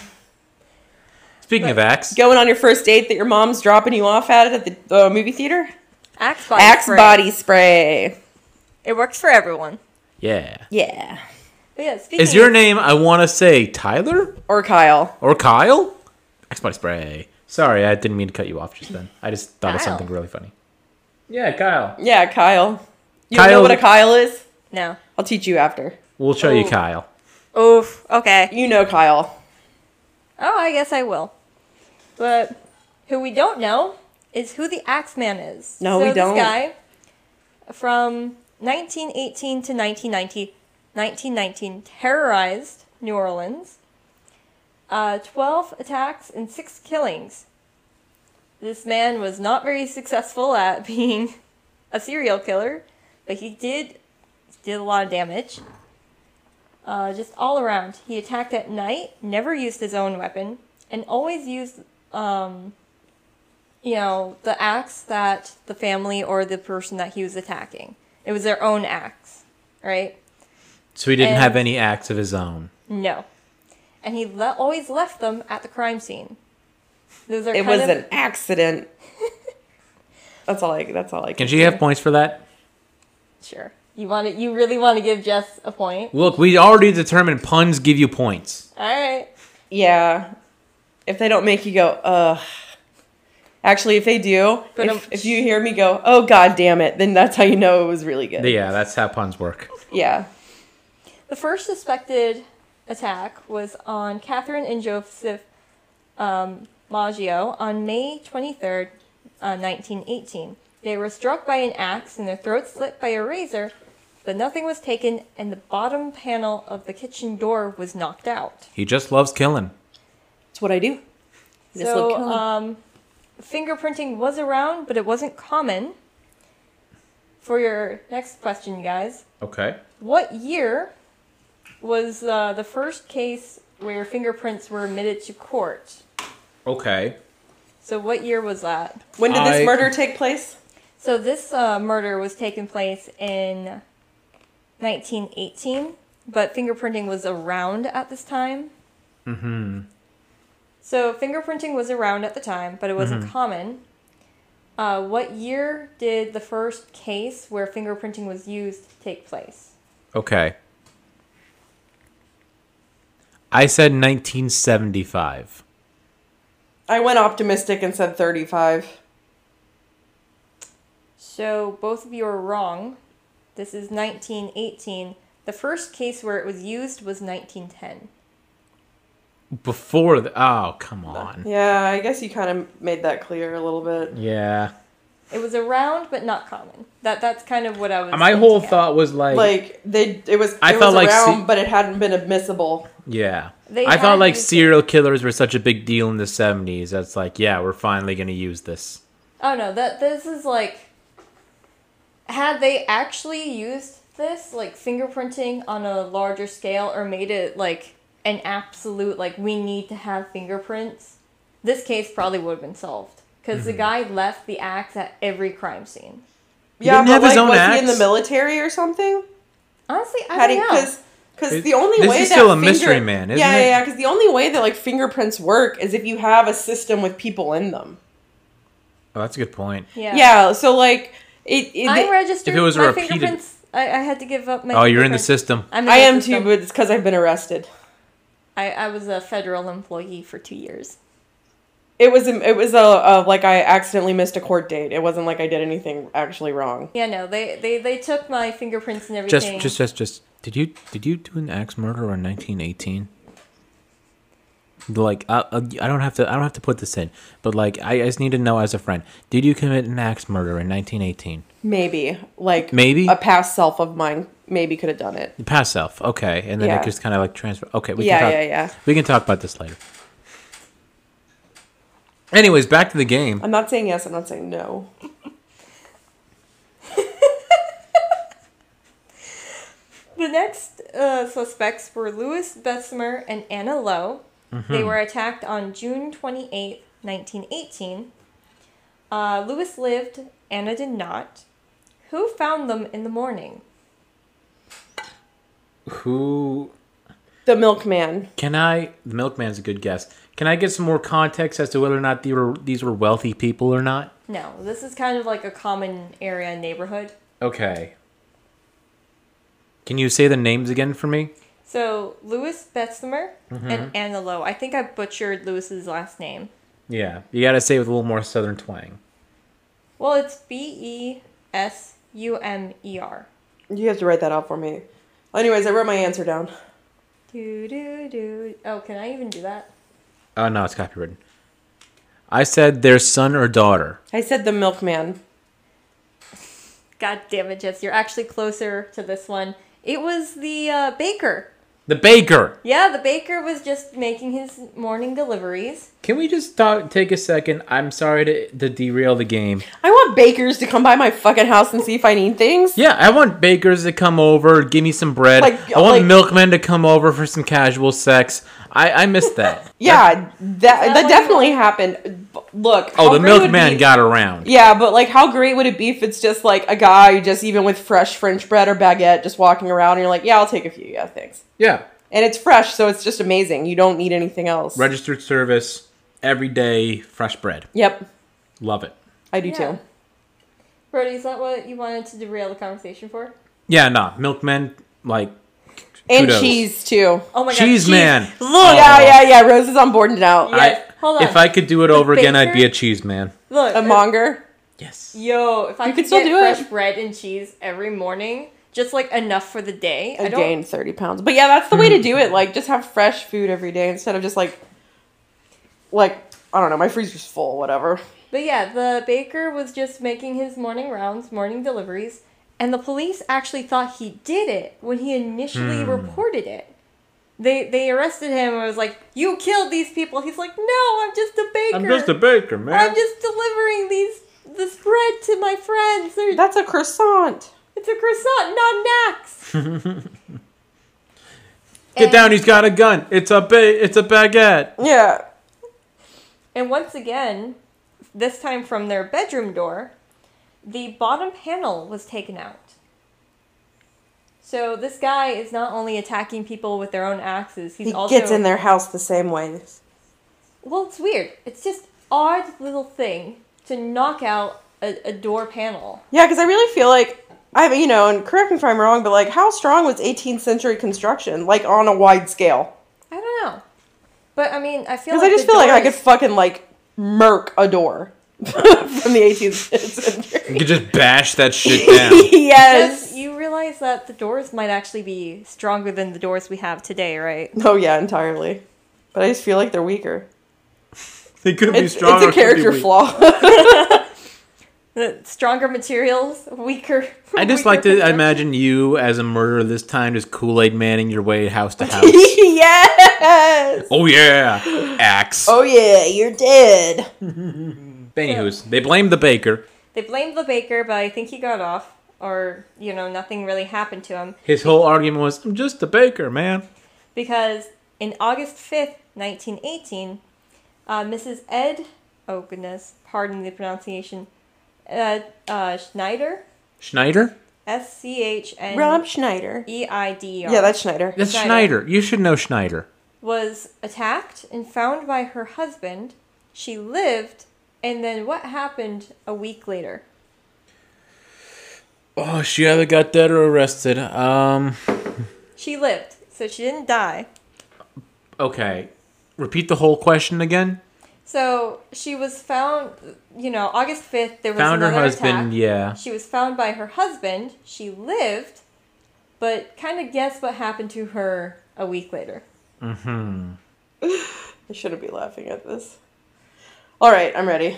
S1: Speaking of axe,
S2: Going on your first date that your mom's dropping you off at at the uh, movie theater.
S3: axe body.
S2: Axe
S3: spray.
S2: body spray.
S3: It works for everyone.
S1: yeah.
S2: Yeah.
S3: But yeah. Speaking
S1: Is your name? I want to say Tyler
S2: Or Kyle.
S1: or Kyle. Axe body spray. Sorry, I didn't mean to cut you off just then. I just thought of
S3: Kyle.
S1: something really funny. Yeah, Kyle.
S2: Yeah, Kyle. You don't know
S1: Kyle-
S2: what a Kyle is?
S3: No.
S2: I'll teach you after.
S1: We'll show you
S3: Oh.
S1: Kyle.
S3: Oof. Okay.
S2: You know Kyle.
S3: Oh, I guess I will. But who we don't know is who the Axeman is.
S2: No,
S3: so
S2: we don't.
S3: This guy from 1918 to 1990, 1919 terrorized New Orleans. Uh, 12 attacks and 6 killings. This man was not very successful at being a serial killer, but he did did a lot of damage. Uh, just all around. He attacked at night, never used his own weapon, and always used, um, you know, the axe that the family or the person that he was attacking. It was their own axe, right?
S1: So he didn't
S3: And-
S1: have any acts of his own.
S3: No. And he le- always left them at the crime scene. Those are
S2: It
S3: kind
S2: was
S3: of-
S2: an accident. that's all I that's all I
S1: Can she have points for that?
S3: sure. You want to, You really want to give Jess a point?
S1: Look, we already determined puns give you points.
S3: All right.
S2: Yeah. If they don't make you go, ugh. Actually, if they do,
S3: But, um,
S2: if, if you hear me go, oh god damn it, then that's how you know it was really good.
S1: Yeah, that's how puns work.
S2: yeah.
S3: The first suspected attack was on Catherine and Joseph um, Maggio on May 23rd, uh, 1918. They were struck by an axe and their throats slit by a razor, but nothing was taken, and the bottom panel of the kitchen door was knocked out.
S1: He just loves killing.
S2: That's what I do. This
S3: so,
S2: little killer.
S3: um, fingerprinting was around, but it wasn't common. For your next question, guys,
S1: Okay.
S3: What year was uh, the first case where fingerprints were admitted to court.
S1: Okay.
S3: So what year was that?
S2: When did
S1: I-
S2: this murder take place?
S3: So this uh, murder was taking place in 1918, but fingerprinting was around at this time. Mm-hmm. So fingerprinting was around at the time, but it wasn't common. Uh, what year did the first case where fingerprinting was used take place?
S1: Okay. I said 1975.
S2: I went optimistic and said 35.
S3: So both of you are wrong. This is 1918. The first case where it was used was 1910.
S1: Before the. Oh, come on.
S2: Yeah, I guess you kind of made that clear a little bit.
S1: Yeah.
S3: It was around, but not common. That that's kind of what I was.
S1: My
S3: hinting
S1: whole
S3: at.
S1: thought was like.
S2: Like they, it was.
S1: I
S2: it
S1: felt
S2: was
S1: like
S2: around,
S1: se-
S2: but it hadn't been admissible.
S1: yeah.
S3: They
S1: I
S3: had
S1: thought like
S3: used it.
S1: serial killers were such a big deal in the 70s. That's like, yeah, we're finally going to use this.
S3: Oh no, that this is like. Had they actually used this, like fingerprinting on a larger scale, or made it like an absolute, like we need to have fingerprints, this case probably would have been solved because
S1: Mm-hmm.
S3: the guy left the axe at every crime scene.
S2: Yeah,
S1: didn't
S2: but
S1: have
S2: like,
S1: his own
S2: was he in
S1: axe?
S2: the military or something?
S3: Honestly, I
S2: Had
S3: don't
S2: he?
S3: know.
S2: Because because
S1: It-
S2: the only
S1: this
S2: way
S1: is
S2: that
S1: still a
S2: finger-
S1: mystery man, isn't
S2: yeah,
S1: it?
S2: yeah, yeah. Because the only way that like fingerprints work is if you have a system with people in them.
S1: Oh, that's a good point.
S3: yeah,
S2: Yeah. so like it. it
S3: I'm registered.
S1: If it was a
S3: my
S1: repeated-
S3: fingerprints. I, I had to give up my.
S1: Oh, you're in the
S3: fingerprints.
S1: system.
S3: I'm in
S2: I
S3: the
S2: am
S3: system.
S2: too, but it's because I've been arrested.
S3: I, I was a federal employee for two years.
S2: It was it was a, a like I accidentally missed a court date. It wasn't like I did anything actually wrong.
S3: Yeah, no, they, they, they took my fingerprints and
S1: Just,
S3: everything.
S1: just, just, just. Did you did you do an axe murder in 1918? Like I, I I don't have to I don't have to put this in, but like I, I just need to know as a friend. Did you commit an axe murder in 1918?
S2: Maybe like
S1: Maybe?
S2: a past self of mine maybe could have done it.
S1: Past self, okay, and then
S2: Yeah.
S1: it just kind of like transfer. Okay, we
S2: Yeah,
S1: can talk,
S2: yeah, yeah.
S1: We can talk about this later. Anyways, back to the game.
S2: I'm not saying yes. I'm not saying no.
S3: the next uh, suspects were Louis Bessemer and Anna Lowe.
S1: Mm-hmm.
S3: They were attacked on June twenty eighth, 1918. Uh, Louis lived, Anna did not. Who found them in the morning?
S1: Who
S2: The milkman.
S1: can I? The milkman's a good guess. Can I get some more context as to whether or not these were these were wealthy people or not?
S3: No, this is kind of like a common area neighborhood.
S1: Okay. Can you say the names again for me?
S3: So, Louis Bessemer
S2: Mm-hmm.
S3: and Anna Lowe. I think I butchered Louis's last name.
S1: Yeah, you gotta say it with a little more southern twang.
S3: Well, it's B E S U M E R.
S2: You have to write that out for me. Anyways, I wrote my answer down.
S3: Do do do. Oh, can I even do that?
S1: Oh no, it's copywritten. I said their son or daughter.
S2: I said the milkman.
S3: God damn it, Jess! You're actually closer to this one. It was the uh, baker.
S1: The baker.
S3: Yeah, the baker was just making his morning deliveries.
S1: Can we just talk, take a second? I'm sorry to, to derail the game.
S2: I want bakers to come by my fucking house and see if I need things.
S1: Yeah, I want bakers to come over, give me some bread.
S2: Like-
S1: I want
S2: like-
S1: milkmen to come over for some casual sex. I, I missed that.
S2: Yeah, that that,
S3: what
S2: definitely happened. B- Look.
S1: oh,
S2: how
S1: the
S2: great would
S1: milkman
S2: be-
S1: got around.
S2: Yeah, but like, how great would it be if it's just like a guy, just even with fresh French bread or baguette, just walking around, and you're like, "Yeah, I'll take a few. Yeah, thanks."
S1: Yeah.
S2: And it's fresh, so it's just amazing. You don't need anything else.
S1: Registered service, everyday fresh bread.
S2: Yep,
S1: Love it.
S2: I do
S3: Yeah.
S2: too.
S3: Brody, is that what you wanted to derail the conversation for?
S1: Yeah, nah. Milkmen, like,
S2: And
S1: Kudos.
S2: Oh cheese too.
S3: Oh my god,
S1: cheese man.
S2: Look, yeah, yeah, yeah. Rose is on board now.
S3: Yeah. Yes,
S1: I-
S3: hold on.
S1: If I could do it over again, I'd be
S3: baker-
S1: a cheese man.
S3: Look,
S2: A monger.
S1: Yes.
S3: Yo, if I
S2: You
S3: could
S2: could still
S3: get
S2: do
S3: fresh
S2: it.
S3: bread and cheese every morning, just like enough for the day, I
S2: I
S3: don't.
S2: gained thirty pounds. But yeah, that's the way to do it. Like, just have fresh food every day instead of just like, like I don't know. My freezer's full. Whatever.
S3: But yeah, the baker was just making his morning rounds, morning deliveries, and the police actually thought he did it when he initially reported it. They they arrested him and was like, "You killed these people." He's like, "No, I'm just a baker.
S1: baker, man.
S3: I'm just delivering these this bread to my friends. They're-
S2: That's a croissant.
S3: it's a croissant, not an axe."
S1: Get down! He's got a gun. It's a ba- It's a baguette.
S2: Yeah.
S3: And once again, this time from their bedroom door, the bottom panel was taken out. So this guy is not only attacking people with their own axes, he's
S2: He
S3: also
S2: gets in their house the same way.
S3: Well, it's weird. It's just odd little thing to knock out a, a door panel.
S2: Yeah, because I really feel like I mean, you know, and correct me if I'm wrong, but like how strong was 18th century construction like on a wide scale?
S3: I don't know, but I mean, I feel
S2: Because
S3: like
S2: I just
S3: the
S2: feel like I
S3: doors-
S2: could fucking like murk a door from the 18th century.
S1: You could just bash that shit down.
S3: Does
S2: yes.
S3: you realize that the doors might actually be stronger than the doors we have today, right?
S2: Oh yeah, entirely. But I just feel like they're weaker.
S1: they could be
S2: It's,
S1: strong.
S2: it's
S1: or
S2: a
S1: could be
S2: character
S1: weak.
S2: flaw.
S3: The stronger materials, weaker.
S1: I just
S3: weaker
S1: like to
S3: construction.
S1: imagine you as a murderer this time, just Kool Aid manning your way house to house.
S2: yes.
S1: oh yeah, axe.
S2: Oh yeah, you're dead.
S1: Anywho's, they blame the baker.
S3: They blamed the baker, but I think he got off, or you know, nothing really happened to him
S1: His whole argument was, "I'm just a baker, man."
S3: because in August fifth, nineteen eighteen, uh, Mrs. Ed, oh goodness, pardon the pronunciation, uh, uh, Schneider,
S1: Schneider.
S3: S C H N
S2: Rob Schneider.
S3: E I D R.
S2: Yeah, that's Schneider.
S1: That's
S3: Schneider.
S1: Schneider. You should know Schneider.
S3: was attacked and found by her husband. She lived, and then what happened a week later?
S1: Oh, she either got dead or arrested. Um.
S3: She lived, so she didn't die.
S1: Okay. Repeat the whole question again.
S3: So she was found, you know, August 5th, there was
S1: Found her
S3: another
S1: husband.
S3: attack.
S1: Yeah.
S3: She was found by her husband. She lived, but kind of guess what happened to her a week later.
S2: I shouldn't be laughing at this. All right, I'm ready.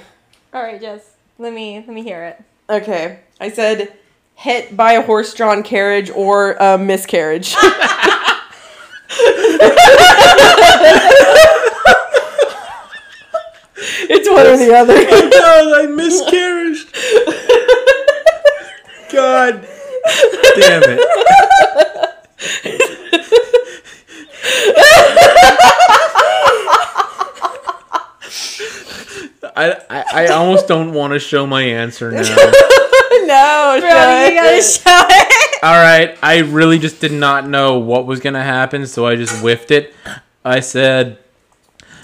S3: All right, Jess, let me let me hear it.
S2: Okay, I said hit by a horse-drawn carriage or a miscarriage. it's one or the other.
S1: God, I miscarried. God damn it. I, I, I almost don't want to show my answer now.
S2: no,
S3: Brody, you gotta
S2: show it.
S1: All right, I really just did not know what was gonna happen, so I just whiffed it. I said,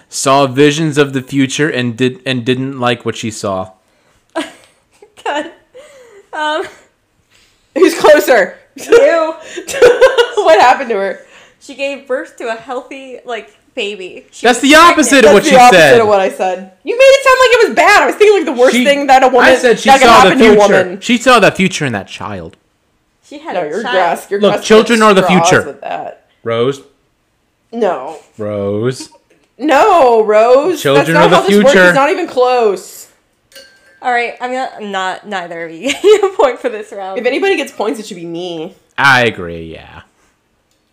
S1: saw visions of the future and did and didn't like what she saw.
S3: God. Um,
S2: Who's closer?
S3: ew.
S2: what happened to her?
S3: She gave birth to a healthy, like, baby. She
S1: That's
S3: was
S1: the opposite
S2: That's
S1: of what
S2: the
S1: she
S2: opposite
S1: said.
S2: of what I said. You made it sound like it was bad. I was thinking like the worst
S1: She-
S2: thing that a woman
S1: I said she
S2: that could
S1: saw the
S2: happen to a
S1: future.
S2: woman.
S1: She saw the future in that child.
S3: She had
S2: No,
S3: a
S2: your
S3: child.
S2: grasp. Your
S1: Look,
S2: grasp
S1: children
S2: at
S1: are the
S2: straws
S1: future.
S2: With that.
S1: Rose,
S2: No,
S1: Rose.
S2: no, Rose.
S1: Children
S2: That's not
S1: are the
S2: how this works.
S1: future.
S2: It's not even close.
S3: All right, I'm not, I'm not. Neither of you getting a point for this round.
S2: If anybody gets points, it should be me.
S1: I agree. Yeah.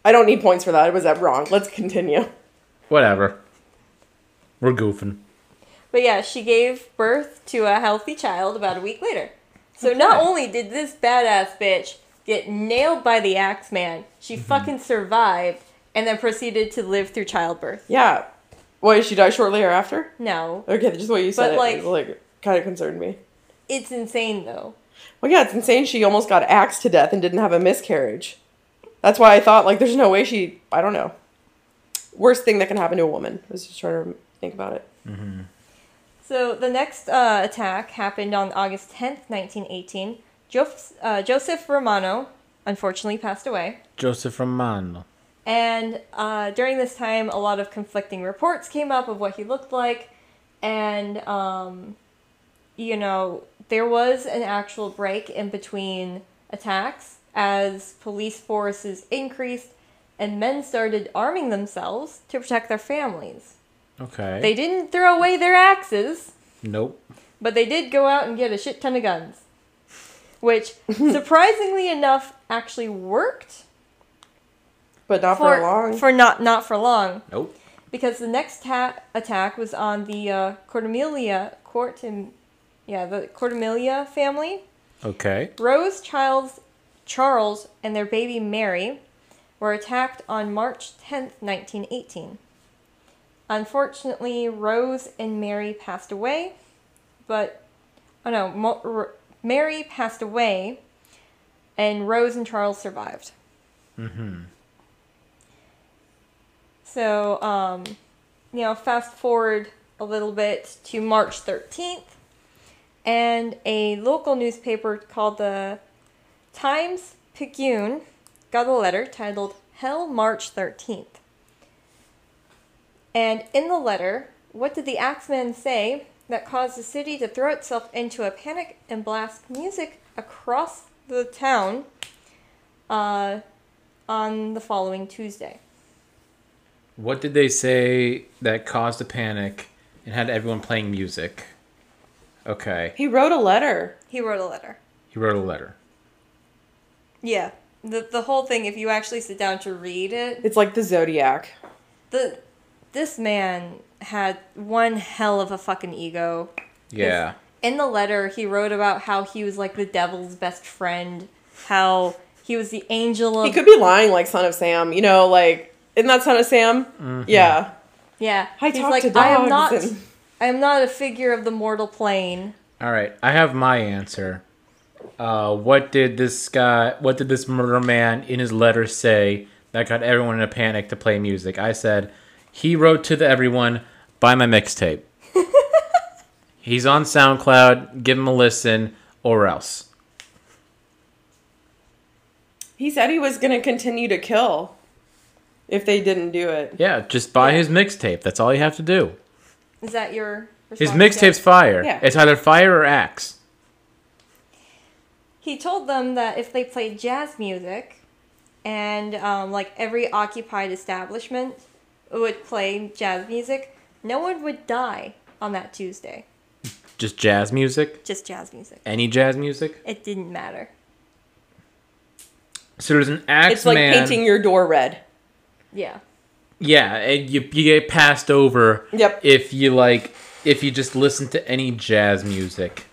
S2: I don't need points for that. It was that wrong. Let's continue.
S1: Whatever. We're goofing.
S3: but yeah, she gave birth to a healthy child about a week later. So not only did this badass bitch get nailed by the axe man, she fucking survived and then proceeded to live through childbirth.
S2: Yeah. Wait, she died shortly hereafter.
S3: No,
S2: Okay, just the way you said
S3: But,
S2: it
S3: like-
S2: was, like kind of concerned me.
S3: it's insane though.
S2: Well, yeah, it's insane. She almost got axed to death and didn't have a miscarriage. That's why I thought like, there's no way she. I don't know. Worst thing that can happen to a woman. I was just trying to think about it.
S3: So the next uh, attack happened on August 10th, 1918. Joseph, uh, Joseph Romano unfortunately passed away.
S1: Joseph Romano.
S3: And uh, during this time, a lot of conflicting reports came up of what he looked like. And, um, you know, there was an actual break in between attacks as police forces increased and men started arming themselves to protect their families.
S1: Okay.
S3: They didn't throw away their axes,
S1: nope.
S3: but they did go out and get a shit ton of guns. Which, surprisingly enough, actually worked
S2: But not for,
S3: for,
S2: long.
S3: for not, not for long.
S1: Nope.
S3: because the next ta- attack was on the uh, Cordemelia court and yeah the Cordemelia family
S1: Okay.
S3: Rose Charles Charles and their baby Mary were attacked on March 10th, 1918. Unfortunately, Rose and Mary passed away, but oh no, Mo- R- Mary passed away, and Rose and Charles survived. So, um, you know, fast forward a little bit to March 13th, and a local newspaper called the Times Picayune got a letter titled Hell March 13th. And in the letter, what did the Axemen say that caused the city to throw itself into a panic and blast music across the town uh, on the following Tuesday?
S1: What did they say that caused a panic and had everyone playing music? Okay,
S2: He wrote a letter.
S3: He wrote a letter.
S1: he wrote a letter.
S3: Yeah. The, the whole thing, if you actually sit down to read it,
S2: It's like the Zodiac.
S3: the this man had one hell of a fucking ego.
S1: Yeah.
S3: In the letter, he wrote about how he was like the devil's best friend, how he was the angel of
S2: He could be lying like Son of Sam, you know, like isn't that Son of Sam?
S1: Mm-hmm.
S2: Yeah.
S3: yeah.
S2: I
S3: He's
S2: talk
S3: like,
S2: to dogs.
S3: I am not,
S2: and-
S3: I am not a figure of the mortal plane.
S1: All right, I have my answer. Uh, what did this guy? What did this murder man in his letter say that got everyone in a panic to play music? I said he wrote to the everyone, "Buy my mixtape." He's on SoundCloud. Give him a listen, or else.
S2: He said he was gonna continue to kill if they didn't do it.
S1: Yeah, just buy his mixtape. That's all you have to do.
S3: Is that your
S1: His
S3: response, Jeff?
S1: mixtape's fire.
S2: Yeah.
S1: It's either fire or axe.
S3: he told them that if they played jazz music and um, like every occupied establishment would play jazz music no one would die on that tuesday
S1: Just jazz music.
S3: just jazz music
S1: Any jazz music.
S3: it didn't matter
S1: So there's an axe
S2: It's like
S1: man.
S2: painting your door red.
S3: yeah
S1: Yeah, and you you get passed over.
S2: Yep.
S1: If you like, if you just listen to any jazz music.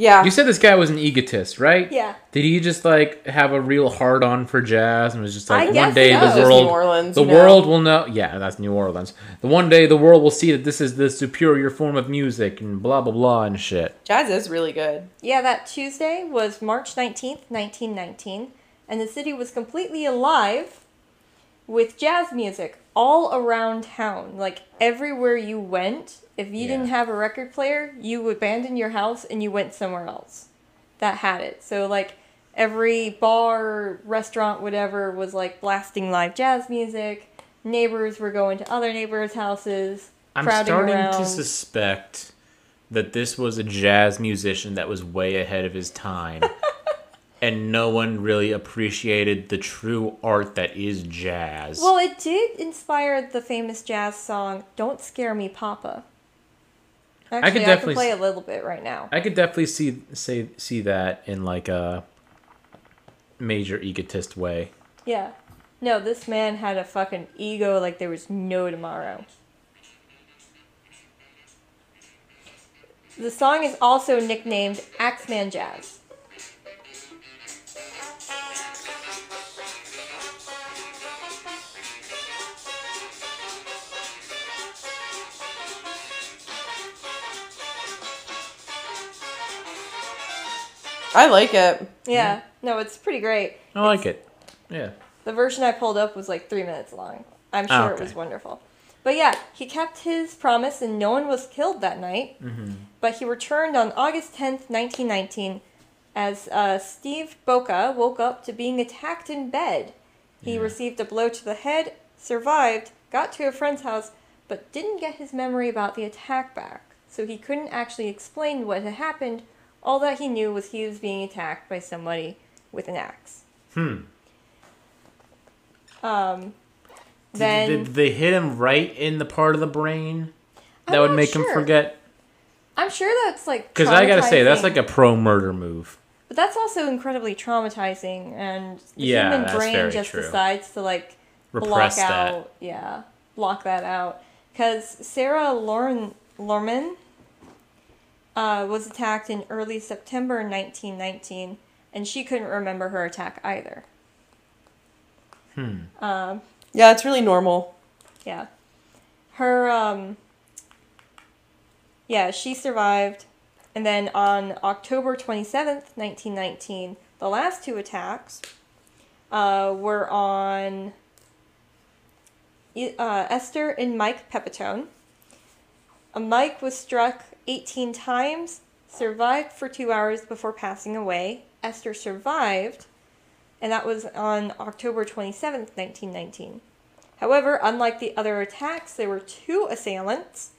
S2: Yeah.
S1: You said this guy was an egotist, right?
S3: Yeah.
S1: Did he just like have a real hard on for jazz and was just
S3: I
S1: like one
S3: guess
S1: day
S3: so. This
S1: the
S3: is
S1: world,
S2: New Orleans,
S1: the
S2: you know.
S1: world will know. Yeah, that's New Orleans. The one day the world will see that this is the superior form of music and blah blah blah and shit.
S2: Jazz is really good.
S3: yeah that tuesday was march 19th 1919 and the city was completely alive with jazz music all around town like everywhere you went if you
S1: Yeah.
S3: didn't have a record player you abandoned your house and you went somewhere else that had it so like every bar restaurant whatever was like blasting live jazz music neighbors were going to other neighbors houses
S1: I'm
S3: crowding
S1: starting
S3: around
S1: to suspect that this was a jazz musician that was way ahead of his time. and no one really appreciated the true art that is jazz.
S3: well it did inspire the famous jazz song don't scare me papa actually i,
S1: could definitely
S3: can play a
S1: s-
S3: little bit right now
S1: I could definitely see say see that in like a major egotist way.
S3: Yeah. No, this man had a fucking ego like there was no tomorrow. The song is also nicknamed Axeman Jazz.
S2: I like it.
S3: Yeah.
S1: Mm-hmm.
S3: No, it's pretty great.
S1: I like it. Yeah.
S3: The version I pulled up was like three minutes long. I'm sure it
S1: okay.
S3: was wonderful. But yeah, he kept his promise and no one was killed that night. But he returned on August 10th, 1919, as uh, Steve Boca woke up to being attacked in bed. He received a blow to the head, survived, got to a friend's house, but didn't get his memory about the attack back. So he couldn't actually explain what had happened. All that he knew was he was being attacked by somebody with an axe. Hmm. Um, then
S1: Did, did they hit him right in the part of the brain that
S3: I'm
S1: would
S3: not
S1: make him
S3: sure.
S1: forget?
S3: I'm sure that's like
S1: Because I gotta say, that's
S3: traumatizing.
S1: like a pro murder move.
S3: But that's also incredibly traumatizing, and the
S1: Yeah,
S3: human
S1: that's
S3: brain
S1: very
S3: just
S1: true.
S3: decides to like
S1: Repress
S3: block
S1: that.
S3: out, yeah, block that out. Because Sarah Lauren Lorman uh, was attacked in early September 1919, and she couldn't remember her attack either.
S2: Yeah, it's really normal.
S3: Yeah. Her um Yeah, she survived. And then on October 27th, 1919, the last two attacks uh, were on E- uh, Esther and Mike Pepitone. Uh, Mike was struck 18 times, survived for two hours before passing away. Esther survived, and that was on October 27th, 1919. However, unlike the other attacks, there were two assailants,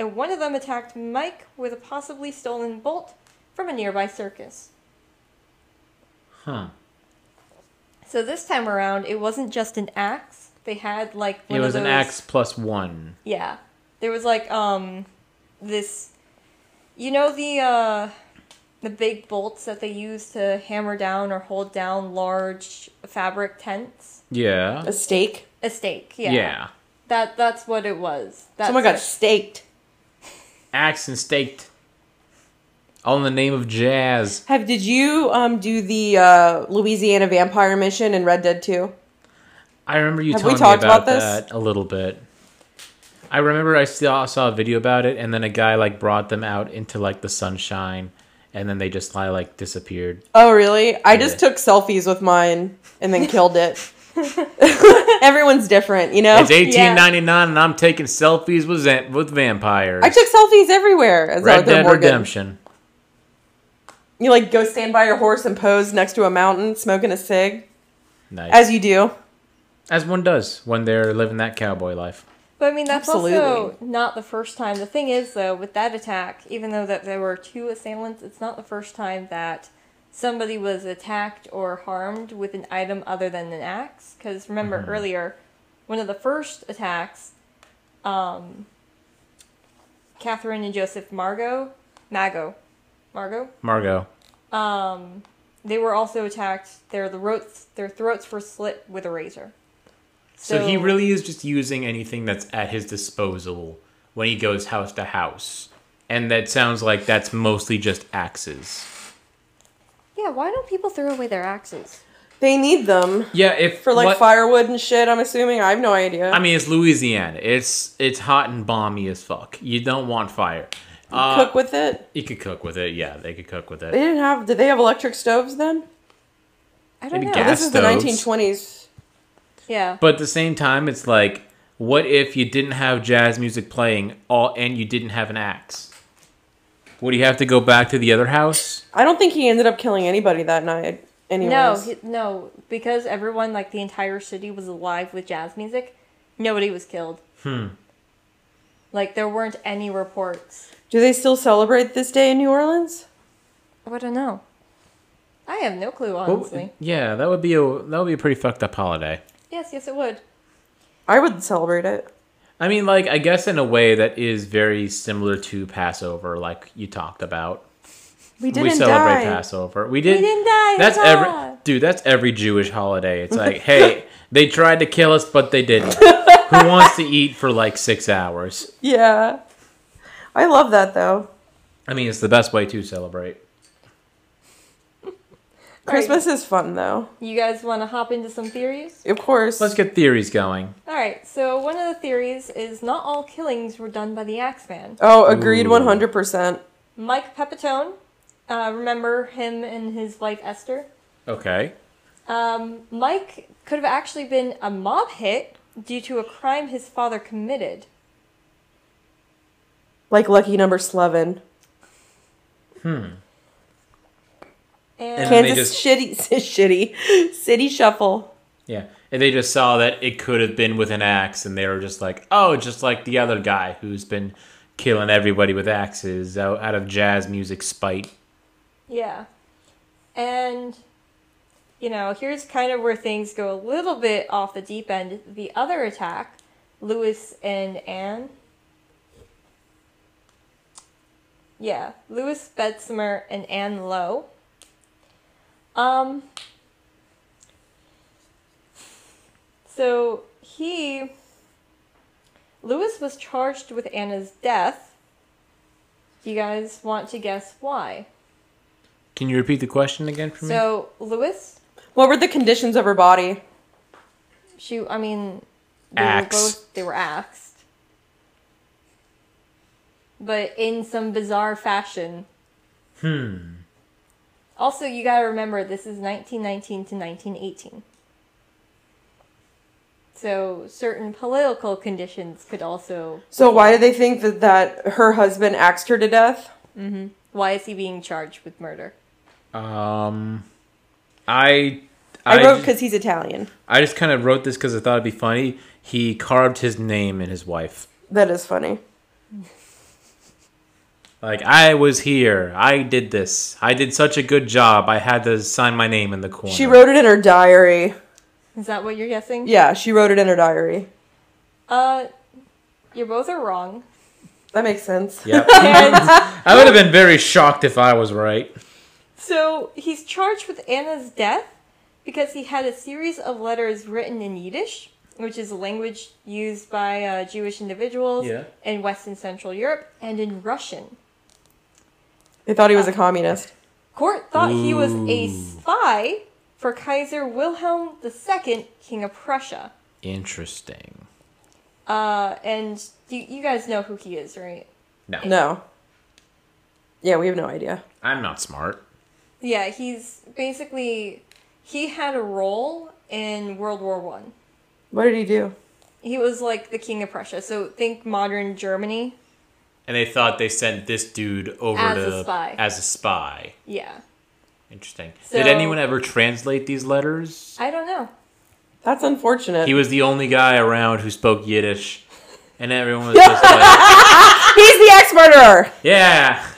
S3: and one of them attacked Mike with a possibly stolen bolt from a nearby circus.
S1: Huh.
S3: So this time around, it wasn't just an axe. They had like one
S1: It
S3: of
S1: was an
S3: those-
S1: axe plus one.
S3: Yeah, there was like um, this, you know the uh, the big bolts that they use to hammer down or hold down large fabric tents.
S1: Yeah.
S2: A steak.
S3: A stake. Yeah.
S1: Yeah.
S3: That that's what it was. That's
S2: Someone got
S3: what-
S2: staked.
S1: Axe and staked. All in the name of jazz.
S2: Have did you um do the uh, Louisiana vampire mission in Red Dead 2?
S1: I remember you
S2: Have we
S1: telling
S2: talked
S1: me about,
S2: about this?
S1: that a little bit. I remember I saw, saw a video about it, and then a guy like brought them out into like the sunshine, and then they just like, like disappeared.
S2: Oh really? I just
S1: Yeah.
S2: took selfies with mine and then killed it. Everyone's different, you know.
S1: It's eighteen ninety nine, and I'm taking selfies with zam- with vampires.
S2: I took selfies everywhere as
S1: Red
S2: Arthur
S1: Dead
S2: Morgan.
S1: Redemption.
S2: You like go stand by your horse and pose next to a mountain, smoking a cig,
S1: Nice, as,
S2: as you do.
S1: one does when they're living that cowboy life.
S3: But I mean, that's also
S2: Absolutely.
S3: not the first time. The thing is, though, with that attack, even though that there were two assailants, it's not the first time that somebody was attacked or harmed with an item other than an axe. Because remember
S1: Mm-hmm.
S3: earlier, one of the first attacks, um, Catherine and Joseph Margot, Mago, Margot,
S1: Margot.
S3: um, they were also attacked. Their throats, their throats were slit with a razor.
S1: So, he really is just using anything that's at his disposal when he goes house to house, and that sounds like that's mostly just axes.
S3: Yeah, why don't people throw away their axes?
S2: They need them
S1: Yeah, if
S2: for like
S1: what-
S2: firewood and shit. I'm assuming. I have no idea.
S1: I mean, it's Louisiana. It's it's hot and balmy as fuck. You don't want fire. Uh,
S2: Cook with it.
S1: you could cook with it. Yeah, they could cook with
S2: They
S1: it.
S2: didn't have. Did they have electric stoves then?
S3: I don't
S1: Maybe
S3: know.
S1: gas.
S2: This is the
S1: Stoves.
S2: 1920s.
S3: Yeah.
S1: But at the same time, it's like, what if you didn't have jazz music playing all and you didn't have an axe? Would you have to go back to the other house?
S2: I don't think he ended up killing anybody that night. Anyways.
S3: no, he, no, because everyone, like the entire city, was alive with jazz music. Nobody was killed. Hmm. Like there weren't any reports.
S2: Do they still celebrate this day in New Orleans?
S3: I don't know. I have no clue,
S1: What-
S3: honestly.
S1: yeah, that would be a that would be a pretty fucked up holiday.
S3: Yes, yes, it would.
S2: I would celebrate it.
S1: I mean, like, I guess in a way that is very similar to Passover, like you talked about.
S2: We
S1: we
S2: didn't
S1: celebrate
S2: die.
S1: Passover. We didn't.
S3: didn't die,
S1: That's
S3: huzzah!
S1: every dude. That's every Jewish holiday. It's like, hey, they tried to kill us, but they didn't. Who wants to eat for like six hours?
S2: Yeah. I love that though.
S1: I mean, it's the best way to celebrate.
S2: Christmas is fun though.
S3: You guys want to hop into some theories?
S2: Of course.
S1: Let's get theories going.
S3: All right. So one of the theories is not all killings were done by the Axeman.
S2: oh, agreed
S1: Ooh.
S2: 100%.
S3: Mike Pepitone, uh, remember him and his wife Esther?
S1: Okay.
S3: Um, Mike could have actually been a mob hit due to a crime his father committed.
S2: Like lucky number 11.
S1: And
S3: And,
S1: then they
S2: Kansas
S1: just-
S2: shitty shitty city shuffle.
S1: Yeah, and they just saw that it could have been with an axe, and they were just like, oh, just like the other guy who's been killing everybody with axes out, out of jazz music spite.
S3: yeah. And, you know, here's kind of where things go a little bit off the deep end. The other attack, Lewis and Anne. Yeah, Lewis Bedsimer and Anne Lowe. Um, so he. Lewis was charged with Anna's death. Do you guys want to guess why?
S1: Can you repeat the question again for me?
S3: So Lewis,
S2: What were the conditions of her body?
S3: She, I mean, they
S1: Axed.
S3: were both they were axed, but in some bizarre fashion. Hmm. Also, you gotta remember this is 1919 to 1918. So certain political conditions could also.
S2: So why do they think that, that her husband axed her to death?
S3: Why is he being charged with murder?
S1: Um, I
S2: I,
S1: I,
S2: wrote because he's Italian.
S1: I just kind of wrote this because I thought it'd be funny. He carved his name in his wife.
S2: That is funny.
S1: Like I was here. I did this. I did such a good job. I had to sign my name in the corner.
S2: She wrote it in her diary.
S3: Is that what you're guessing?
S2: Yeah, she wrote it in her diary.
S3: Uh, you both are wrong.
S2: That makes sense.
S1: Yep.
S3: And
S1: I would have been very shocked if I was right.
S3: so he's charged with Anna's death because he had a series of letters written in Yiddish, which is a language used by uh, Jewish individuals
S1: Yeah.
S3: in West and Central Europe, and in Russian.
S2: They thought he was a communist.
S3: Court thought he was a
S1: Ooh.
S3: spy for Kaiser Wilhelm II, King of Prussia.
S1: Interesting.
S3: Uh, and you, you guys know who he is, right?
S1: No,
S2: No. Yeah, we have no idea.
S1: I'm not smart.
S3: Yeah, he's basically he had a role in World War One.
S2: What did he do?
S3: He was like the king of Prussia. So think modern Germany.
S1: And they thought they sent this dude over
S3: As a
S1: to
S3: spy.
S1: as a spy.
S3: Yeah.
S1: Interesting.
S3: So-
S1: Did anyone ever translate these letters?
S3: I don't know.
S2: That's unfortunate.
S1: He was the only guy around who spoke Yiddish, and everyone was just like,
S2: He's the ex murderer.
S1: "Yeah,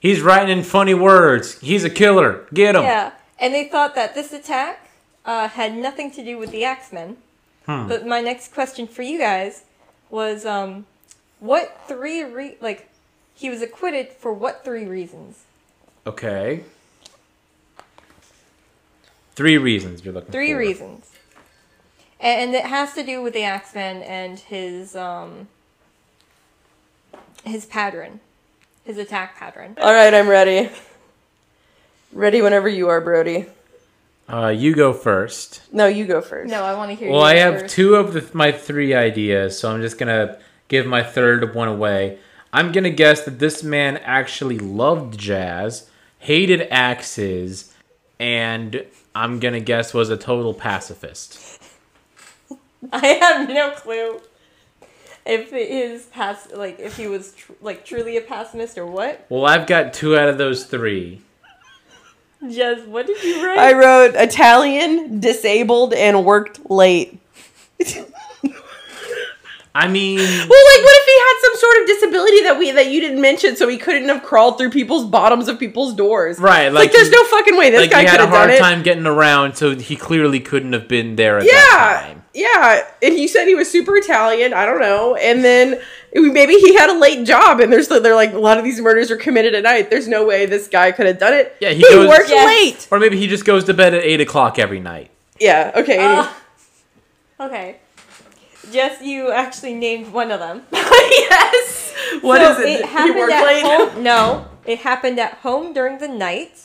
S1: he's writing in funny words. He's a killer. Get him."
S3: Yeah. And they thought that this attack uh, had nothing to do with the Axemen.
S1: Hmm.
S3: But my next question for you guys was um, what three re- like he was acquitted for what three reasons?
S1: Okay. Three reasons you're looking.
S3: Three
S1: for.
S3: reasons. And it has to do with the Axeman and his um his pattern. His attack pattern.
S2: All right, I'm ready. Ready whenever you are, Brody.
S1: Uh, you go first.
S2: No, you go first.
S3: No, I want to hear
S1: Well,
S3: yours
S1: I have
S3: first.
S1: two of the, my three ideas, so I'm just gonna give my third one away. I'm gonna guess that this man actually loved jazz, hated axes, and I'm gonna guess was a total pacifist.
S3: I have no clue if his past like if he was tr- like truly a pessimist or what.
S1: Well, I've got two out of those three.
S3: Just what did you write?
S2: I wrote Italian, disabled, and worked late.
S1: I mean,
S2: Well, like, what if he had some sort of disability that we that you didn't mention, so he couldn't have crawled through people's bottoms of people's doors?
S1: Right,
S2: Like,
S1: like
S2: there's
S1: he-
S2: no fucking way this
S1: like
S2: guy
S1: he had
S2: could
S1: a
S2: have done
S1: hard
S2: it.
S1: time getting around, so he clearly couldn't have been there at that
S2: Yeah,
S1: time.
S2: yeah. And you said he was super Italian. I don't know. And then maybe he had a late job, and there's they're like a lot of these murders are committed at night. There's no way this guy could have done it.
S1: Yeah, he
S2: he,
S1: goes-
S2: worked
S3: Yes.
S2: late.
S1: Or maybe he just goes to bed at eight o'clock every night.
S2: Yeah. Okay. anyway.
S3: Uh, okay. Just you actually named one of them.
S2: Oh, yes. What is
S3: So
S2: it?
S3: happened at home. No, it happened at home during the night.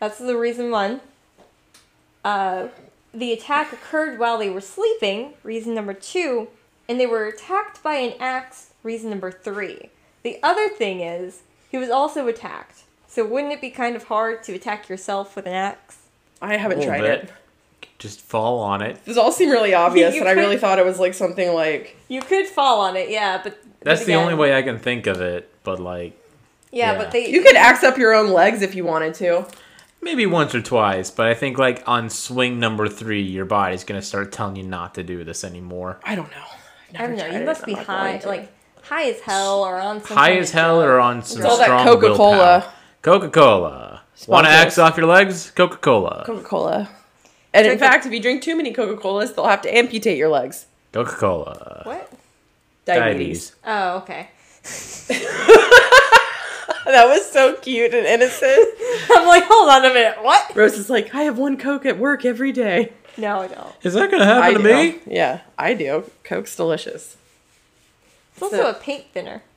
S3: That's the reason one. Uh, the attack occurred while they were sleeping. Reason number two, and they were attacked by an axe. Reason number three. The other thing is he was also attacked. So wouldn't it be kind of hard to attack yourself with an axe?
S2: I haven't
S1: Little
S2: tried
S1: bit.
S2: it.
S1: Just fall on it.
S2: This all seemed really obvious,
S3: You
S2: and I really
S3: could-
S2: thought it was like something like
S3: You could fall on it, yeah, but but
S1: That's the
S3: again-
S1: only way I can think of it. But like
S3: Yeah,
S1: Yeah.
S3: but they
S2: you could axe up your own legs if you wanted to.
S1: maybe once or twice, but I think like on swing number three, your body's gonna start telling you not to do this anymore.
S2: I don't know. I've
S3: I
S2: never
S3: don't know.
S2: tried
S3: You
S2: it,
S3: must
S2: I'm
S3: be
S2: not
S3: high,
S2: going to.
S3: like high as hell, or on some
S1: High
S3: kind
S1: as
S3: of
S1: hell
S3: drug.
S1: or on some
S3: It's all
S2: that
S1: strong
S2: Coca-Cola.
S1: Coca Cola. Want to
S2: Sponsor us.
S1: axe off your legs? Coca Cola.
S2: Coca Cola. And in
S3: Drink the-
S2: fact, if you drink too many Coca Colas, they'll have to amputate your legs.
S1: Coca Cola.
S3: What?
S2: Diabetes.
S1: Diabetes.
S3: Oh, okay.
S2: That was so cute and innocent.
S3: I'm like, hold on a minute. What?
S2: Rose is like, I have one Coke at work every day.
S3: No, I don't.
S1: Is that gonna happen
S2: I
S1: to
S2: do.
S1: me?
S2: Yeah, I do. Coke's delicious.
S3: It's also
S2: So-
S3: a paint thinner.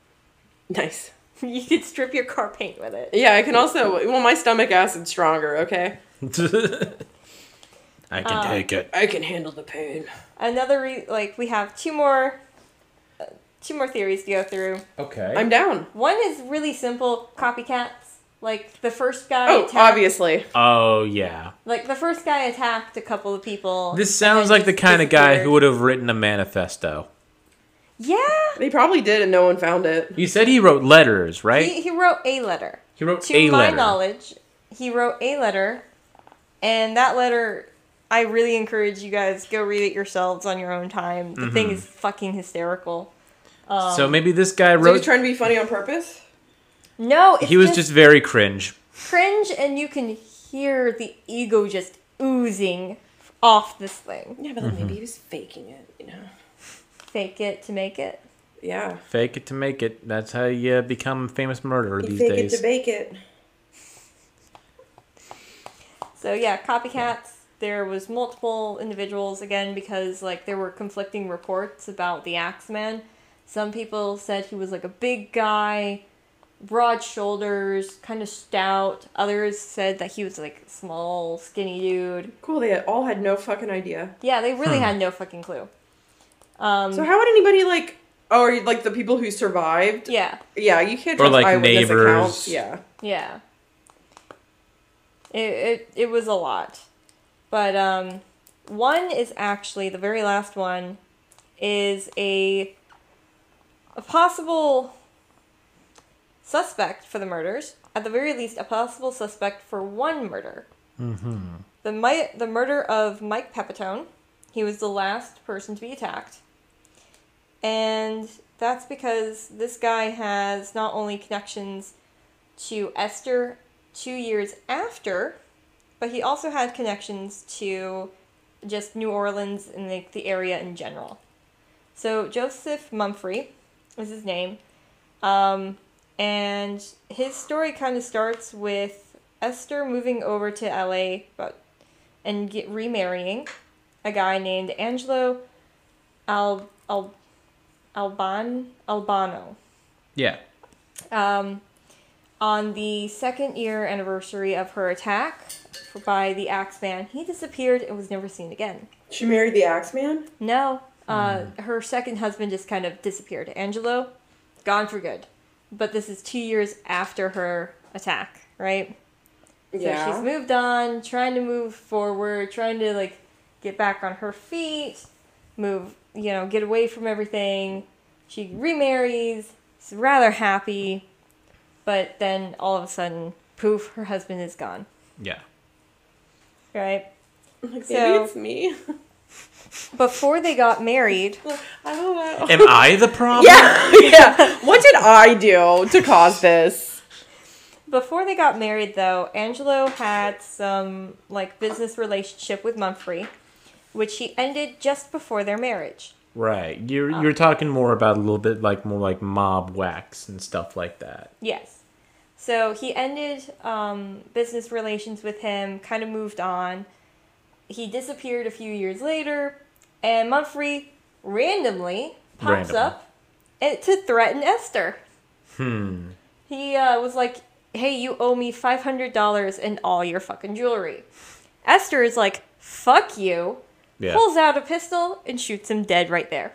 S2: Nice.
S3: You could strip your car paint with it.
S2: Yeah, I can also. Well, my stomach acid's stronger. Okay.
S1: I can
S3: Uh,
S1: take it.
S2: I can handle the pain.
S3: Another re- like we have two more, uh, two more theories to go through.
S1: Okay.
S2: I'm down.
S3: One is really simple copycats. Like the first guy
S2: Oh,
S3: attacked,
S2: obviously.
S1: oh yeah.
S3: like the first guy attacked a couple of people.
S1: This sounds like the kind of guy who would have written a manifesto.
S3: Yeah.
S2: They probably did and no one found it.
S1: You said he wrote letters, right?
S3: He, he wrote a letter.
S1: He wrote
S3: To
S1: a
S3: my
S1: letter.
S3: knowledge, he wrote a letter, and that letter, I really encourage you guys go read it yourselves on your own time. The
S1: Mm-hmm.
S3: thing is fucking hysterical.
S1: so maybe this guy
S2: So he was
S1: wrote.
S2: trying to be funny on purpose?
S3: No, it's
S1: he was just very cringe.
S3: cringe, and you can hear the ego just oozing off this thing.
S2: Yeah, but then
S1: Mm-hmm.
S2: maybe he was faking it, you know?
S3: Fake it to make it.
S2: Yeah.
S1: Fake it to make it. That's how you uh, become a famous murderer these days.
S2: bake it.
S3: So yeah, copycats. There was multiple individuals again because like there were conflicting reports about the Axeman. Some people said he was like a big guy, broad shoulders, kind of stout. Others said that he was like small, skinny dude.
S2: Cool, they all had no fucking idea.
S3: Yeah, they really had no fucking clue. Um,
S2: So how would anybody like Oh, are you, like the people who survived?
S3: yeah,
S2: Yeah, you can't
S1: Or,
S2: trust
S1: like,
S2: eyewitness
S1: neighbors.
S2: accounts. Yeah.
S3: yeah. It it it was a lot, but um, one is actually the very last one is a a possible suspect for the murders, at the very least, a possible suspect for one murder. Mm-hmm. The Mi- the murder of Mike Pepitone. He was the last person to be attacked, and that's because this guy has not only connections to Esther two years after, but he also had connections to just New Orleans and like the area in general. So Joseph Mumphrey is his name. Um, and his story kind of starts with Esther moving over to LA but, and get, remarrying a guy named Angelo Al, Al, Alban, Albano
S1: Yeah.
S3: um, on the second year anniversary of her attack by the Axeman, he disappeared and was never seen again.
S2: She married the Axeman?
S3: No, uh, her second husband just kind of disappeared. Angelo, gone for good. But this is two years after her attack, right?
S2: Yeah.
S3: So she's moved on, trying to move forward, trying to like get back on her feet, move, you know, get away from everything. She remarries, is rather happy, but then all of a sudden, poof, her husband is gone,
S1: Yeah.
S3: right?
S2: Like,
S3: So-
S2: maybe it's me.
S3: Before they got married,
S2: I don't know.
S1: Am I the problem?
S2: Yeah, yeah. What did I do to cause this?
S3: before they got married though, Angelo had some like business relationship with Mumphrey, which he ended just before their marriage.
S1: Right. You're
S2: Ah.
S1: you're talking more about a little bit like more like mob wax and stuff like that.
S3: Yes. So he ended um, business relations with him, kind of moved on. He disappeared a few years later, and Mumphrey randomly pops
S1: Randomly.
S3: up and, to threaten Esther. Hmm. He uh, was like, hey, you owe me $500 and all your fucking jewelry. Esther is like, fuck you,
S1: Yeah.
S3: pulls out a pistol and shoots him dead right there.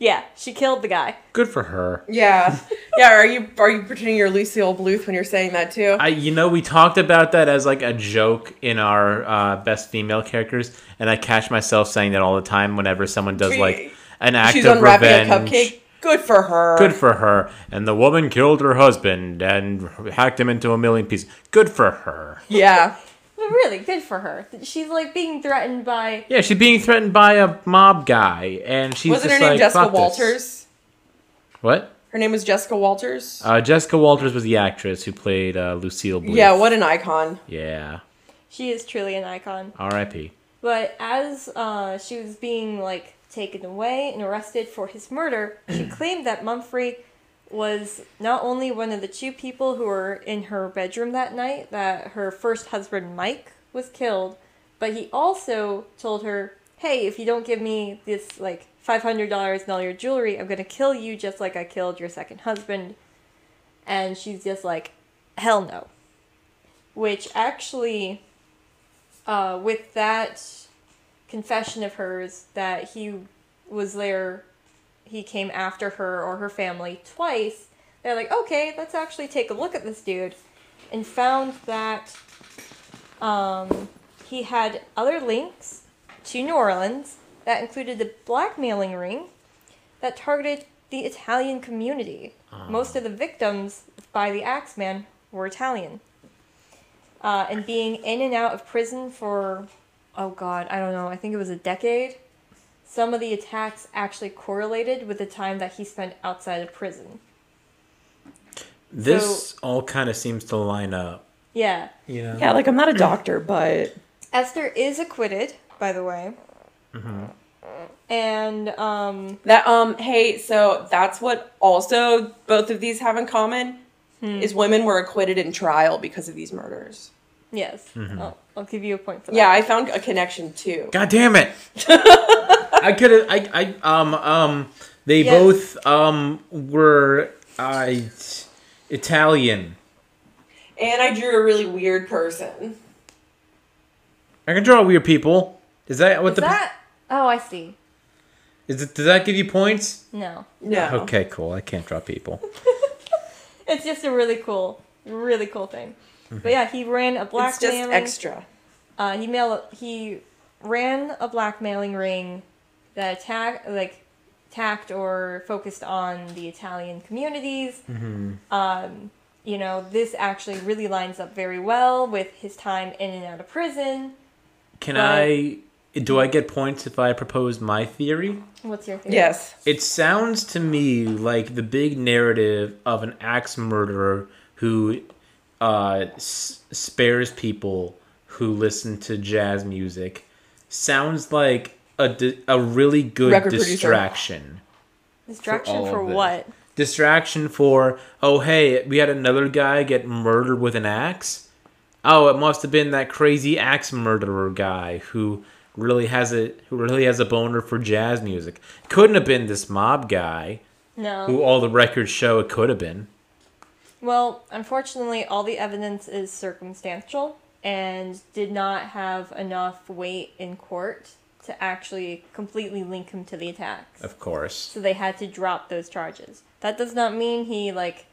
S3: Yeah, she killed the guy.
S1: Good for her.
S2: Yeah, yeah. Are you are you pretending you're Lucille Bluth when you're saying that too?
S1: I you know we talked about that as like a joke in our uh, best female characters, and I catch myself saying that all the time whenever someone does
S2: She-
S1: like an act
S2: She's
S1: of
S2: unwrapping
S1: revenge.
S2: a cupcake. Good for her.
S1: Good for her. And the woman killed her husband and hacked him into a million pieces. Good for her.
S2: yeah.
S3: But really, good for her. She's like being threatened by.
S1: Yeah, she's being threatened by a mob guy, and she's
S2: Wasn't her
S1: just
S2: name
S1: like,
S2: Jessica
S1: "Fuck this."
S2: Walters?
S1: What?
S2: Her name was Jessica Walters.
S1: Uh, Jessica Walters was the actress who played uh, Lucille Bluth.
S2: yeah, what an icon.
S1: Yeah.
S3: She is truly an icon.
S1: R.I.P.
S3: But as uh, she was being like taken away and arrested for his murder, she claimed that Mumphrey was not only one of the two people who were in her bedroom that night that her first husband Mike was killed, but he also told her, "Hey, if you don't give me this like five hundred dollars and all your jewelry, I'm gonna kill you just like I killed your second husband." And she's just like, "Hell no," which actually uh, with that confession of hers that he was there, he came after her or her family twice, they're like, okay, let's actually take a look at this dude, and found that um, he had other links to New Orleans that included the blackmailing ring that targeted the Italian community. Most of the victims by the Axeman were Italian. Uh, and being in and out of prison for, oh God, I don't know, I think it was a decade, some of the attacks actually correlated with the time that he spent outside of prison.
S1: This all kind of seems to line up.
S3: Yeah.
S1: You know?
S2: Yeah, like I'm not a doctor, but
S3: Esther is acquitted, by the way. And um,
S2: that um hey, so that's what also both of these have in common is women were acquitted in trial because of these murders.
S3: yes, I'll, I'll give you a point for that.
S2: Yeah, I found a connection too.
S1: God damn it! I could have. I. I. Um. Um. They
S3: Yes.
S1: both. Um. Were. I. Italian.
S2: And I drew a really weird person.
S1: I can draw weird people. Is that what
S3: Is
S1: the?
S3: that? Oh, I see.
S1: Is it? Does that give you points?
S3: No,
S2: No.
S1: Okay. Cool. I can't draw people.
S3: it's just a really cool, really cool thing. But yeah, he ran a blackmailing.
S2: It's just extra.
S3: Uh, he mail he ran a blackmailing ring that attack like attacked or focused on the Italian communities. Um, you know, this actually really lines up very well with his time in and out of prison.
S1: Can
S3: But-
S1: I? Do I get points if I propose my theory?
S3: What's your theory?
S2: Yes.
S1: It sounds to me like the big narrative of an axe murderer who uh, s- spares people who listen to jazz music sounds like a, di- a really good
S2: Record producer.
S1: distraction.
S3: Distraction
S1: all
S3: for,
S1: of this.
S3: what?
S1: Distraction for, oh, hey, we had another guy get murdered with an axe. Oh, it must have been that crazy axe murderer guy who really has a who really has a boner for jazz music. Couldn't have been this mob guy
S3: No.
S1: who all the records show it could have been.
S3: Well, unfortunately, all the evidence is circumstantial and did not have enough weight in court to actually completely link him to the attacks.
S1: Of course.
S3: So they had to drop those charges. That does not mean he like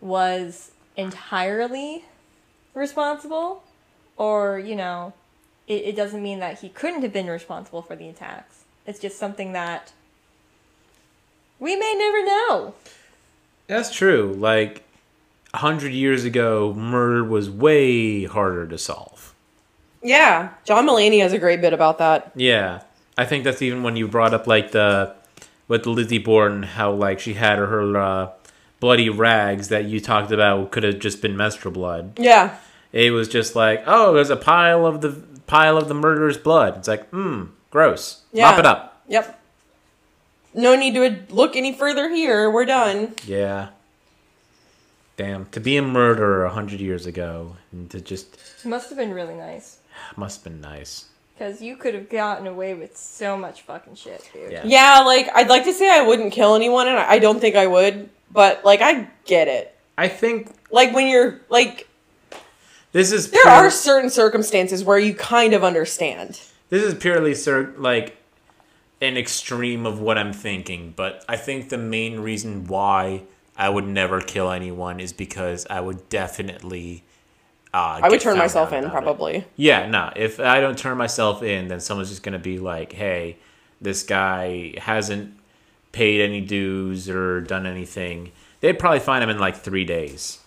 S3: was entirely responsible or, you know, it, it doesn't mean that he couldn't have been responsible for the attacks. It's just something that we may never know.
S1: That's true. Like a hundred years ago, murder was way harder to solve.
S2: Yeah. John Mulaney has a great bit about that.
S1: Yeah, I think that's even when you brought up like the with Lizzie Borden, how like she had her uh, bloody rags that you talked about could have just been menstrual blood.
S2: Yeah.
S1: It was just like, oh, there's a pile of the pile of the murderer's blood. It's like, mm, gross.
S2: Yeah.
S1: Mop it up.
S2: Yep. No need to look any further here. We're done.
S1: Yeah. Damn, to be a murderer a hundred years ago and to just
S3: Must have been really nice.
S1: must have been nice.
S3: Because you could have gotten away with so much fucking shit, dude.
S1: Yeah.
S2: Yeah, like I'd like to say I wouldn't kill anyone, and I I don't think I would. But like I get it.
S1: I think
S2: Like when you're like,
S1: this is
S2: there
S1: pure-
S2: are certain circumstances where you kind of understand.
S1: this is purely sir like an extreme of what I'm thinking, but I think the main reason why I would never kill anyone is because I would definitely. Uh,
S2: I would
S1: get
S2: turn
S1: found
S2: myself
S1: out
S2: in
S1: about it.
S2: probably.
S1: Yeah, no. If I don't turn myself in, then someone's just gonna be like, "Hey, this guy hasn't paid any dues or done anything." They'd probably find him in like three days,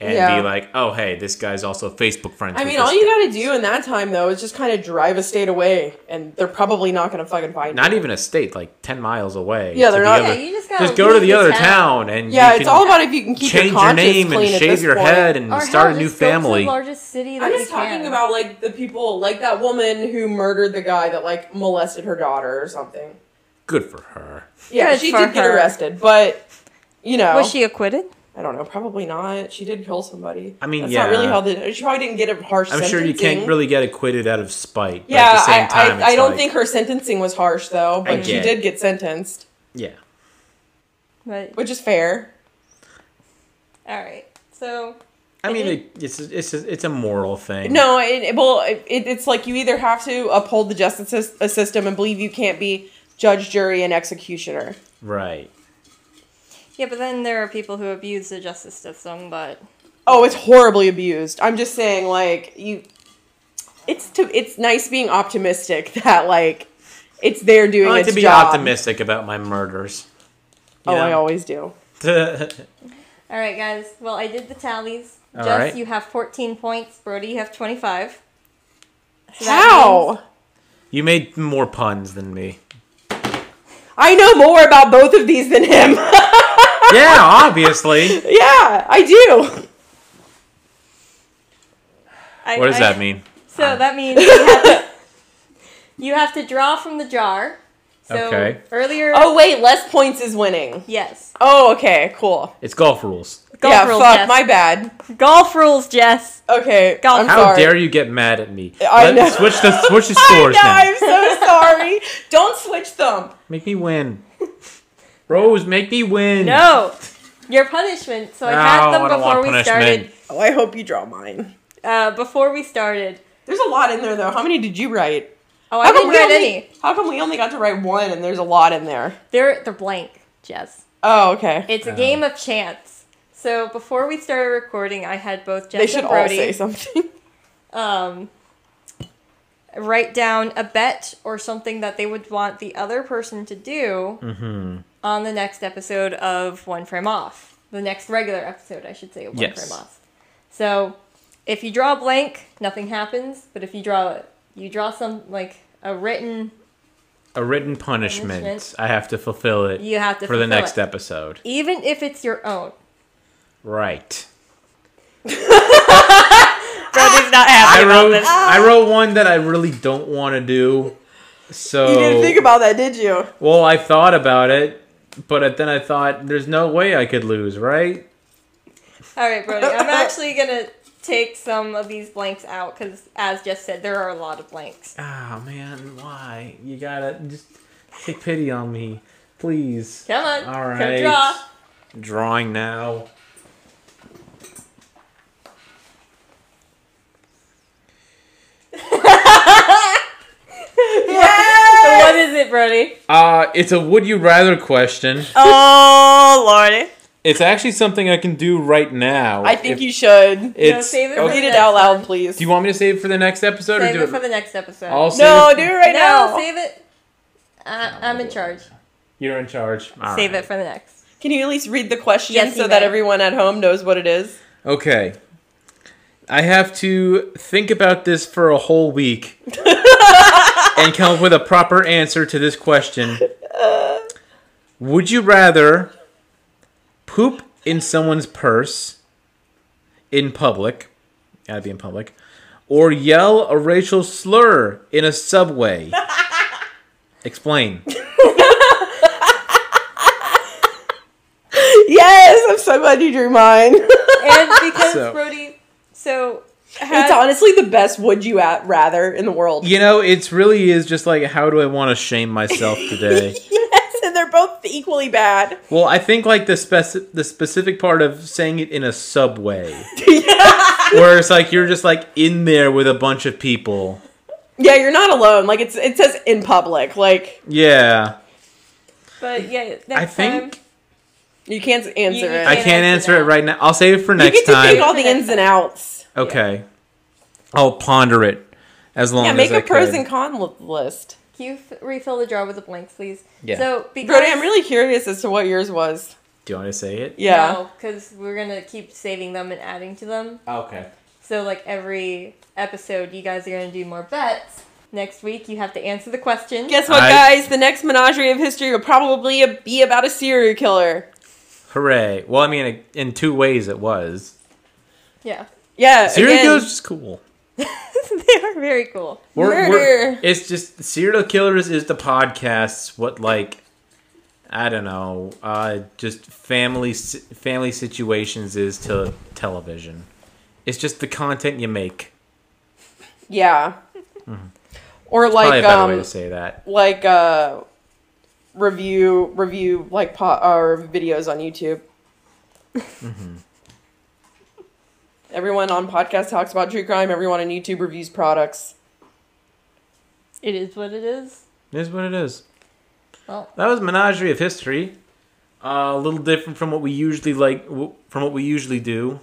S1: and
S2: Yeah.
S1: be like, "Oh, hey, this guy's also Facebook friends."
S2: I
S1: with
S2: mean,
S1: this
S2: all you
S1: guy."
S2: gotta do in that time though is just kind of drive a state away, and they're probably not gonna fucking find
S1: not
S2: you.
S1: even a state, like ten miles away.
S2: Yeah, they're
S1: to the
S2: not-
S3: Yeah,
S1: other-
S3: you just
S1: just,
S3: gotta
S1: go to
S3: leave
S1: the
S3: the
S1: other
S3: town.
S1: town and
S2: Yeah,
S1: you
S2: it's
S1: can
S2: all about if you can keep
S1: change your,
S2: conscience
S1: name and
S2: clean at
S1: shave
S2: this
S1: your
S2: point.
S1: head and
S3: Or
S1: start
S3: hell,
S1: a new
S3: just go to the
S1: family.
S3: largest city that
S2: I'm
S3: you
S2: just talking
S3: can.
S2: about like the people, like that woman who murdered the guy that like molested her daughter or something.
S1: Good for her.
S2: Yeah,
S3: Good
S2: she
S3: for
S2: did get
S3: her.
S2: arrested, but you know,
S3: Was she acquitted?
S2: I don't know, probably not. She did kill somebody.
S1: I mean,
S2: That's not
S1: yeah.
S2: really how the she probably didn't get a harsh.
S1: I'm sure you can't
S2: sentencing.
S1: really get acquitted out of spite. but
S2: Yeah,
S1: at the same
S2: I,
S1: time,
S2: I, I
S1: it's
S2: don't
S1: like-
S2: think her sentencing was harsh though,
S1: I
S2: but she
S1: get
S2: did
S1: it.
S2: get sentenced,
S1: Yeah,
S3: But
S2: which is fair.
S3: all right, so
S1: I mean, it, it's it's a, it's a moral thing.
S2: No, it, it- well, it, it's like you either have to uphold the justice sys- uh, system and believe you can't be judge, jury, and executioner.
S1: right?
S3: Yeah, but then there are people who abuse the justice system, but
S2: Oh, it's horribly abused. I'm just saying, like you, it's to it's nice being optimistic that like it's there doing
S1: I like
S2: its
S1: to be
S2: job.
S1: optimistic about my murders.
S2: Oh, I
S1: Yeah.
S2: always do.
S3: all right, guys. Well, I did the tallies.
S1: All
S3: Jess,
S1: right.
S3: you have 14 points. Brody, you have 25. So that means-
S2: How?
S1: you made more puns than me.
S2: I know more about both of these than him.
S1: Yeah, obviously.
S2: yeah, I do.
S3: I-
S1: What does
S3: I-
S1: that mean? Uh.
S3: So that means you have, to, you have to draw from the jar. So
S1: Okay.
S3: earlier,
S2: Oh wait, less points is winning.
S3: yes,
S2: Oh, okay, cool.
S1: It's golf rules.
S3: golf
S2: yeah,
S3: rules.
S2: fuck,
S3: Jess.
S2: my bad.
S3: golf rules, Jess.
S2: Okay,
S3: Golf.
S2: I'm
S1: How
S2: sorry.
S1: dare you get mad at me?
S2: I know.
S1: Switch the switch the
S2: I
S1: scores
S2: know,
S1: now.
S2: I'm so sorry. Don't switch them.
S1: Make me win. Rose, make me win.
S3: No, your punishment. So I had
S1: No,
S3: them
S1: I don't
S3: before
S1: want
S3: we
S1: punishment.
S3: started.
S2: Oh, I hope you draw mine.
S3: Uh, before we started.
S2: There's a lot in there though. How many did you write?
S3: Oh,
S2: How
S3: I didn't
S2: we
S3: write
S2: only,
S3: any.
S2: How come we only got to write one and there's a lot in there?
S3: They're they're blank, Jess.
S2: Oh, okay.
S3: It's a game of chance. So before we started recording, I had both Jess
S2: They should
S3: and
S2: all
S3: Brody
S2: say something.
S3: um, write down a bet or something that they would want the other person to do
S2: Mm-hmm.
S3: on the next episode of One Frame Off. The next regular episode, I should say, of One
S1: Yes.
S3: Frame Off. So if you draw a blank, nothing happens. But if you draw you draw some like a written,
S1: A written punishment.
S3: Punishment.
S1: I have to fulfill it
S3: you have to
S1: for the
S3: fulfill
S1: next
S3: it.
S1: episode.
S3: even if it's your own.
S1: Right.
S3: Brody's not
S1: I
S3: happy
S1: wrote I wrote one that I really don't want to do. So
S2: You didn't think about that, did you?
S1: Well, I thought about it, but then I thought there's no way I could lose, right?
S3: All right, Brody. I'm actually gonna take some of these blanks out because, as Jess said, there are a lot of blanks.
S1: Oh man, why? You gotta just take pity on me, please.
S3: Come on,
S1: All
S3: come
S1: right.
S3: draw.
S1: Drawing now.
S3: So what is it, Brody?
S1: Uh, it's a would you rather question.
S2: Oh, lordy.
S1: It's actually something I can do right now.
S2: I think
S1: If
S2: you should.
S1: It's,
S3: save it for
S1: okay.
S2: Read
S3: the
S2: it
S3: next
S2: out loud, please.
S1: Do you want me to save it for the next episode
S3: Save
S1: or do
S3: it for the next episode.
S1: I'll save
S2: no,
S1: it-
S2: do it right
S3: no,
S2: now.
S3: save it. I, I'm in charge.
S1: You're in charge. All
S3: save
S1: right.
S3: it for the next.
S2: Can you at least read the question
S3: Yes,
S2: so
S3: you
S2: that
S3: may.
S2: everyone at home knows what it is?
S1: Okay. I have to think about this for a whole week and come up with a proper answer to this question. Would you rather poop in someone's purse in public? Gotta be in public. Or yell a racial slur in a subway? Explain.
S2: Yes, I'm so glad you drew mine.
S3: And because
S1: So-
S3: Brody, so
S2: it's
S3: had,
S2: honestly the best would you at rather in the world.
S1: You know, it's really is just like, how do I want to shame myself today?
S2: Yes, and they're both equally bad.
S1: Well, I think like the spec- the specific part of saying it in a subway, where it's like you're just like in there with a bunch of people.
S2: Yeah, you're not alone. Like it's it says in public. Like
S1: Yeah,
S3: but yeah, next
S1: I think
S3: time
S2: you can't answer
S3: You- you
S2: it.
S1: I
S3: can't
S1: can't
S3: answer
S1: answer it
S3: now.
S1: right now. I'll save it for
S2: you
S1: next
S2: get to take
S1: time.
S2: all the ins and outs.
S1: Okay, I'll ponder it as long
S2: Yeah,
S1: as
S2: make
S1: I
S2: a pros
S1: could.
S2: and con li- list.
S3: can you f- refill the jar with the blanks, please?
S1: Yeah.
S3: So because
S2: Brody, I'm really curious as to what yours was.
S1: Do you want to say it?
S2: Yeah.
S3: because we're gonna keep saving them and adding to them.
S1: Okay.
S3: So like every episode, you guys are gonna do more bets. Next week, you have to answer the question.
S2: Guess what,
S1: I-
S2: guys? The next menagerie of history will probably be about a serial killer.
S1: Hooray! Well, I mean, in two ways it was.
S3: Yeah.
S2: Yeah.
S1: Serial
S2: again,
S1: killers is cool.
S3: they are very cool.
S2: Murder.
S1: it's just serial killers is the podcasts. What like I don't know, uh, just family si- family situations is to television. It's just the content you make.
S2: Yeah. Or
S1: Mm-hmm. Probably
S2: like
S1: a better way
S2: um
S1: to say that.
S2: like uh review review like uh,
S1: Mm-hmm.
S2: po- or videos on YouTube. Everyone on podcast talks about true crime. Everyone on YouTube reviews products.
S3: It is what it is.
S1: It is what it is.
S3: Well,
S1: That was Menagerie of History. Uh, a little different from what we usually like, w- from what we usually do.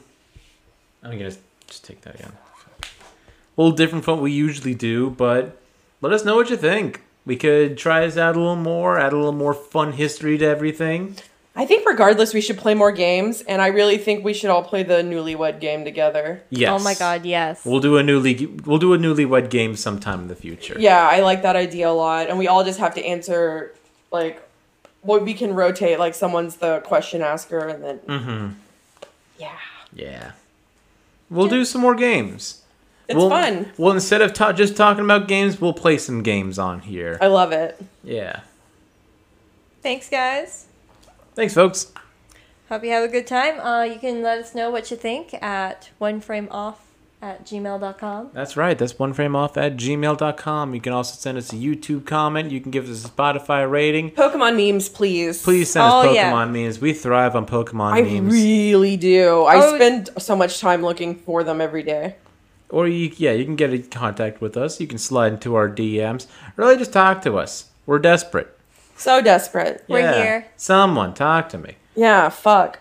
S1: I'm gonna just take that again. A little different from what we usually do, but let us know what you think. We could try this out a little more, add a little more fun history to everything.
S2: I think regardless, we should play more games, and I really think we should all play the newlywed game together.
S1: Yes.
S3: oh my god, yes.
S1: We'll do a newly we'll do a newlywed game sometime in the future.
S2: Yeah, I like that idea a lot, and we all just have to answer like what we can rotate. Like someone's the question asker, and then
S1: Mm-hmm.
S2: yeah,
S1: Yeah. We'll do some more games.
S2: it's
S1: we'll,
S2: fun.
S1: Well, instead of ta- just talking about games, we'll play some games on here.
S2: I love it.
S1: Yeah.
S3: Thanks, guys.
S1: Thanks, folks.
S3: Hope you have a good time. Uh, you can let us know what you think at oneframeoff at gmail.com.
S1: That's right. That's oneframeoff at gmail.com. You can also send us a YouTube comment. You can give us a Spotify rating.
S2: Pokemon memes, please.
S1: Please send us
S3: Oh,
S1: Pokemon
S3: yeah.
S1: memes. We thrive on Pokemon
S2: I
S1: memes.
S2: really do. I
S3: Oh.
S2: spend so much time looking for them every day.
S1: or you, yeah, you can get in contact with us. You can slide into our DMs. Really, just talk to us. We're desperate.
S2: So desperate.
S3: We're
S1: Yeah.
S3: here.
S1: Someone talk to me.
S2: Yeah, fuck.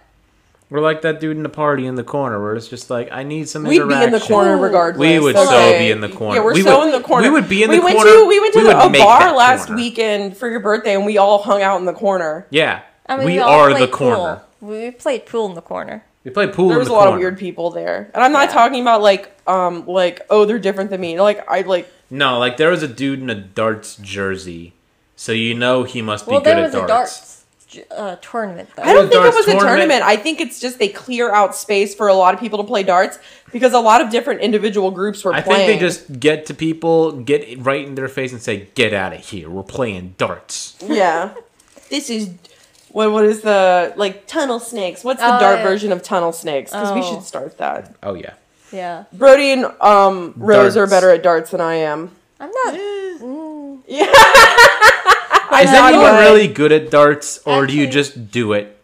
S1: We're like that dude in the party in the corner where it's just like I need some
S2: We'd be
S1: interaction.
S2: in the corner
S3: Ooh.
S2: regardless.
S1: We would
S2: That's
S1: so
S2: okay.
S1: be in the corner.
S2: Yeah, we're
S1: We
S2: so
S1: would-
S2: in the corner.
S1: we would be in the
S2: we went
S1: corner.
S2: To, we went to
S1: We would
S2: a
S1: make
S2: bar
S1: that
S2: last
S1: corner.
S2: weekend for your birthday, and we all hung out in the corner.
S1: Yeah,
S3: I mean,
S1: we,
S3: we all
S1: are the
S3: played
S1: corner.
S3: Pool. We played pool in the corner.
S1: We play pool.
S2: There
S1: in
S2: was
S1: the
S2: a lot of
S1: corner.
S2: weird people there, and I'm not talking about like, um, like oh they're different than me. Like I like
S1: No, like there was a dude in a darts jersey, so you know he must be
S3: Well,
S1: good
S3: there was
S1: at
S3: a
S1: darts.
S3: darts j- uh, tournament, though.
S2: I don't think it
S1: darts
S2: was a
S1: tournament.
S2: tournament. I think it's just they clear out space for a lot of people to play darts because a lot of different individual groups were
S1: I
S2: playing.
S1: think they just get to people, get right in their face, and say, "Get out of here! We're playing darts."
S2: yeah. This is what what is the like tunnel snakes? What's the
S3: Oh,
S2: dart
S3: yeah.
S2: version of tunnel snakes? Because we
S3: Oh.
S2: should start that.
S1: Oh yeah,
S3: yeah.
S2: Brody and um, Rose are
S1: Darts.
S2: better at darts than I am.
S3: I'm not.
S2: I
S1: is anyone
S2: good.
S1: really good at darts, or do you
S3: Actually-
S1: just do it?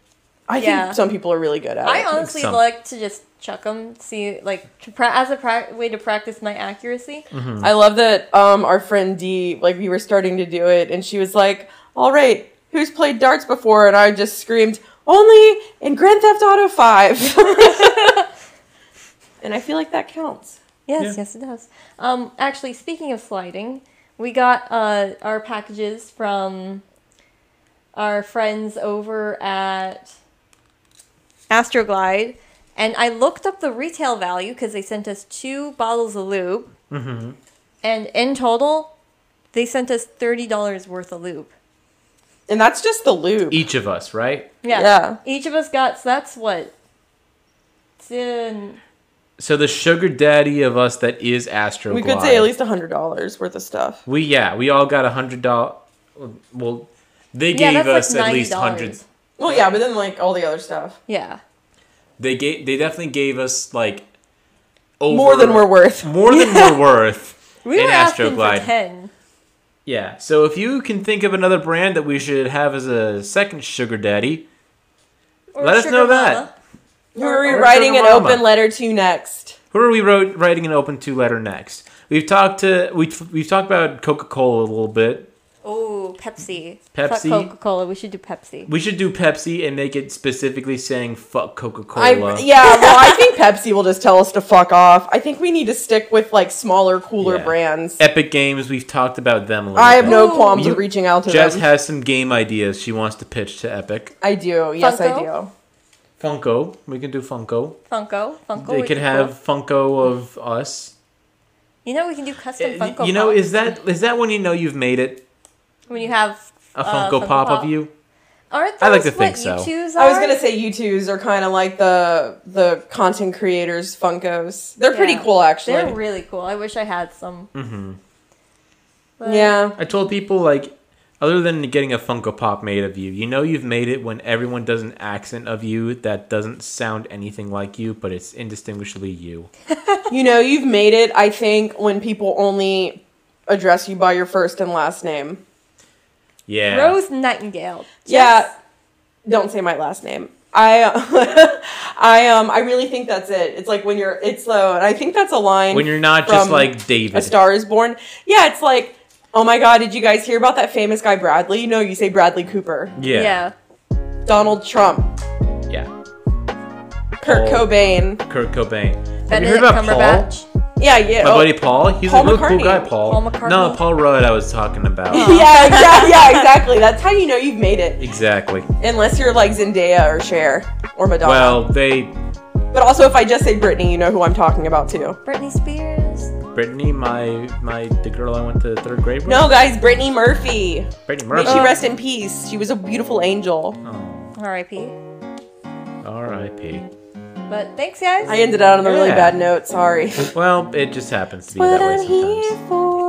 S2: I think
S3: Yeah.
S2: some people are really good at
S3: I
S2: it.
S3: honestly
S1: Some.
S3: like to just chuck them, see, like, to pra- as a pra- way to practice my accuracy.
S2: I love that um, our friend Dee, like we were starting to do it, and she was like, "All right, who's played darts before?" And I just screamed, "Only in Grand Theft Auto 5. and I feel like that counts.
S3: Yes,
S1: Yeah.
S3: yes, it does. Um, actually, speaking of sliding, we got uh, our packages from our friends over at Astroglide, and I looked up the retail value because they sent us two bottles of lube, mm-hmm. and in total, they sent us thirty dollars worth of lube.
S2: And that's just the lube.
S1: Each of us, right?
S3: Yeah,
S2: Yeah.
S3: each of us got. So that's what. It's in-
S1: So the sugar daddy of us that is Astro.
S2: we could say at least hundred dollars worth of stuff.
S1: We yeah, we all got a hundred dollar. Well, they
S3: Yeah,
S1: gave
S3: that's like
S1: us at least
S3: $90.
S1: hundreds.
S2: Well, yeah, but then like all the other stuff,
S3: yeah.
S1: They gave they definitely gave us like over,
S2: more than we're worth.
S1: more than we're worth.
S3: We
S1: in
S3: were asking for
S1: Astroglide.
S3: ten.
S1: Yeah. So if you can think of another brand that we should have as a second sugar daddy,
S3: or
S1: Let us
S3: Sugar
S1: know that.
S3: Mama.
S2: Who are we
S1: Or
S2: writing an
S1: Sugarmama.
S2: open letter to next?
S1: who are we wrote, writing an open two letter next? We've talked to we we've talked about Coca Cola a little bit.
S3: Oh, Pepsi. Fuck
S1: Pepsi.
S3: Coca Cola. We should do Pepsi.
S1: We should do Pepsi and make it specifically saying "fuck Coca
S2: I,
S1: Cola."
S2: yeah, well, I think Pepsi will just tell us to fuck off. I think we need to stick with like smaller, cooler
S1: Yeah.
S2: brands.
S1: Epic Games. We've talked about them a little.
S2: I have
S1: bit.
S2: no
S3: Ooh.
S2: qualms
S1: You-
S2: of reaching out to
S1: Jess
S2: them.
S1: has some game ideas she wants to pitch to Epic.
S2: I do. Yes, I
S3: Funko?
S2: do.
S1: Funko, we can do Funko.
S3: Funko. Funko.
S1: they
S3: would
S1: could
S3: be cool.
S1: have Funko of us.
S3: You know, we can do custom
S1: Uh,
S3: Funko.
S1: you know,
S3: Pops
S1: is that is that when you know you've made it
S3: when you have uh,
S1: a
S2: Uh,
S1: Funko, Pop, of you?
S3: Aren't those
S1: I like to
S3: what
S1: think
S3: you
S1: so.
S3: choose
S2: I was
S3: are?
S2: gonna say you twos are kind of like the the content creators Funkos. They're pretty
S3: Yeah.
S2: cool, actually.
S3: They're really cool. I wish I had some. Mm-hmm.
S2: yeah,
S1: I told people like, other than getting a Funko Pop made of you, you know you've made it when everyone does an accent of you that doesn't sound anything like you, but it's indistinguishably you.
S2: you know you've made it. I think when people only address you by your first and last name.
S1: Yeah.
S3: Rose Nightingale.
S2: Yeah,
S3: Just-
S2: don't say my last name. I, uh, I, um, I really think that's it. It's like when you're, it's uh, I think that's a line.
S1: When you're not just
S2: from
S1: like
S2: A
S1: David.
S2: Star Is Born. Yeah, it's like, oh my God, did you guys hear about that famous guy Bradley? No, you say Bradley Cooper,
S1: Yeah. Yeah.
S2: Donald Trump,
S1: yeah.
S2: Kurt
S1: Paul.
S2: Cobain.
S1: Kurt Cobain. Have you heard
S3: Benedict
S1: about Paul?
S3: Cumberbatch.
S2: Yeah, yeah.
S1: My
S2: oh.
S1: buddy Paul. He's
S2: Paul
S1: a really cool
S2: McCartney.
S1: guy, Paul.
S3: Paul McCartney.
S1: No, Paul Rudd I was talking about.
S2: yeah, exactly. Yeah, exactly. That's how you know you've made it.
S1: Exactly.
S2: Unless you're like Zendaya or Cher or Madonna.
S1: Well, they
S2: but also, if I just say Britney, you know who I'm talking about too.
S3: Britney Spears.
S1: Brittany, my my the girl I went to third grade with.
S2: No, guys, Brittany Murphy.
S1: Brittany
S2: May
S1: Murphy.
S2: she rest in peace. She was a beautiful angel.
S1: Oh,
S3: R.I.P.
S1: R.I.P.
S3: But thanks, guys.
S2: I ended out on a really
S1: Yeah.
S2: bad note. Sorry.
S1: Well, it just happens to be
S2: What
S1: that way
S2: I'm
S1: sometimes.
S2: here for.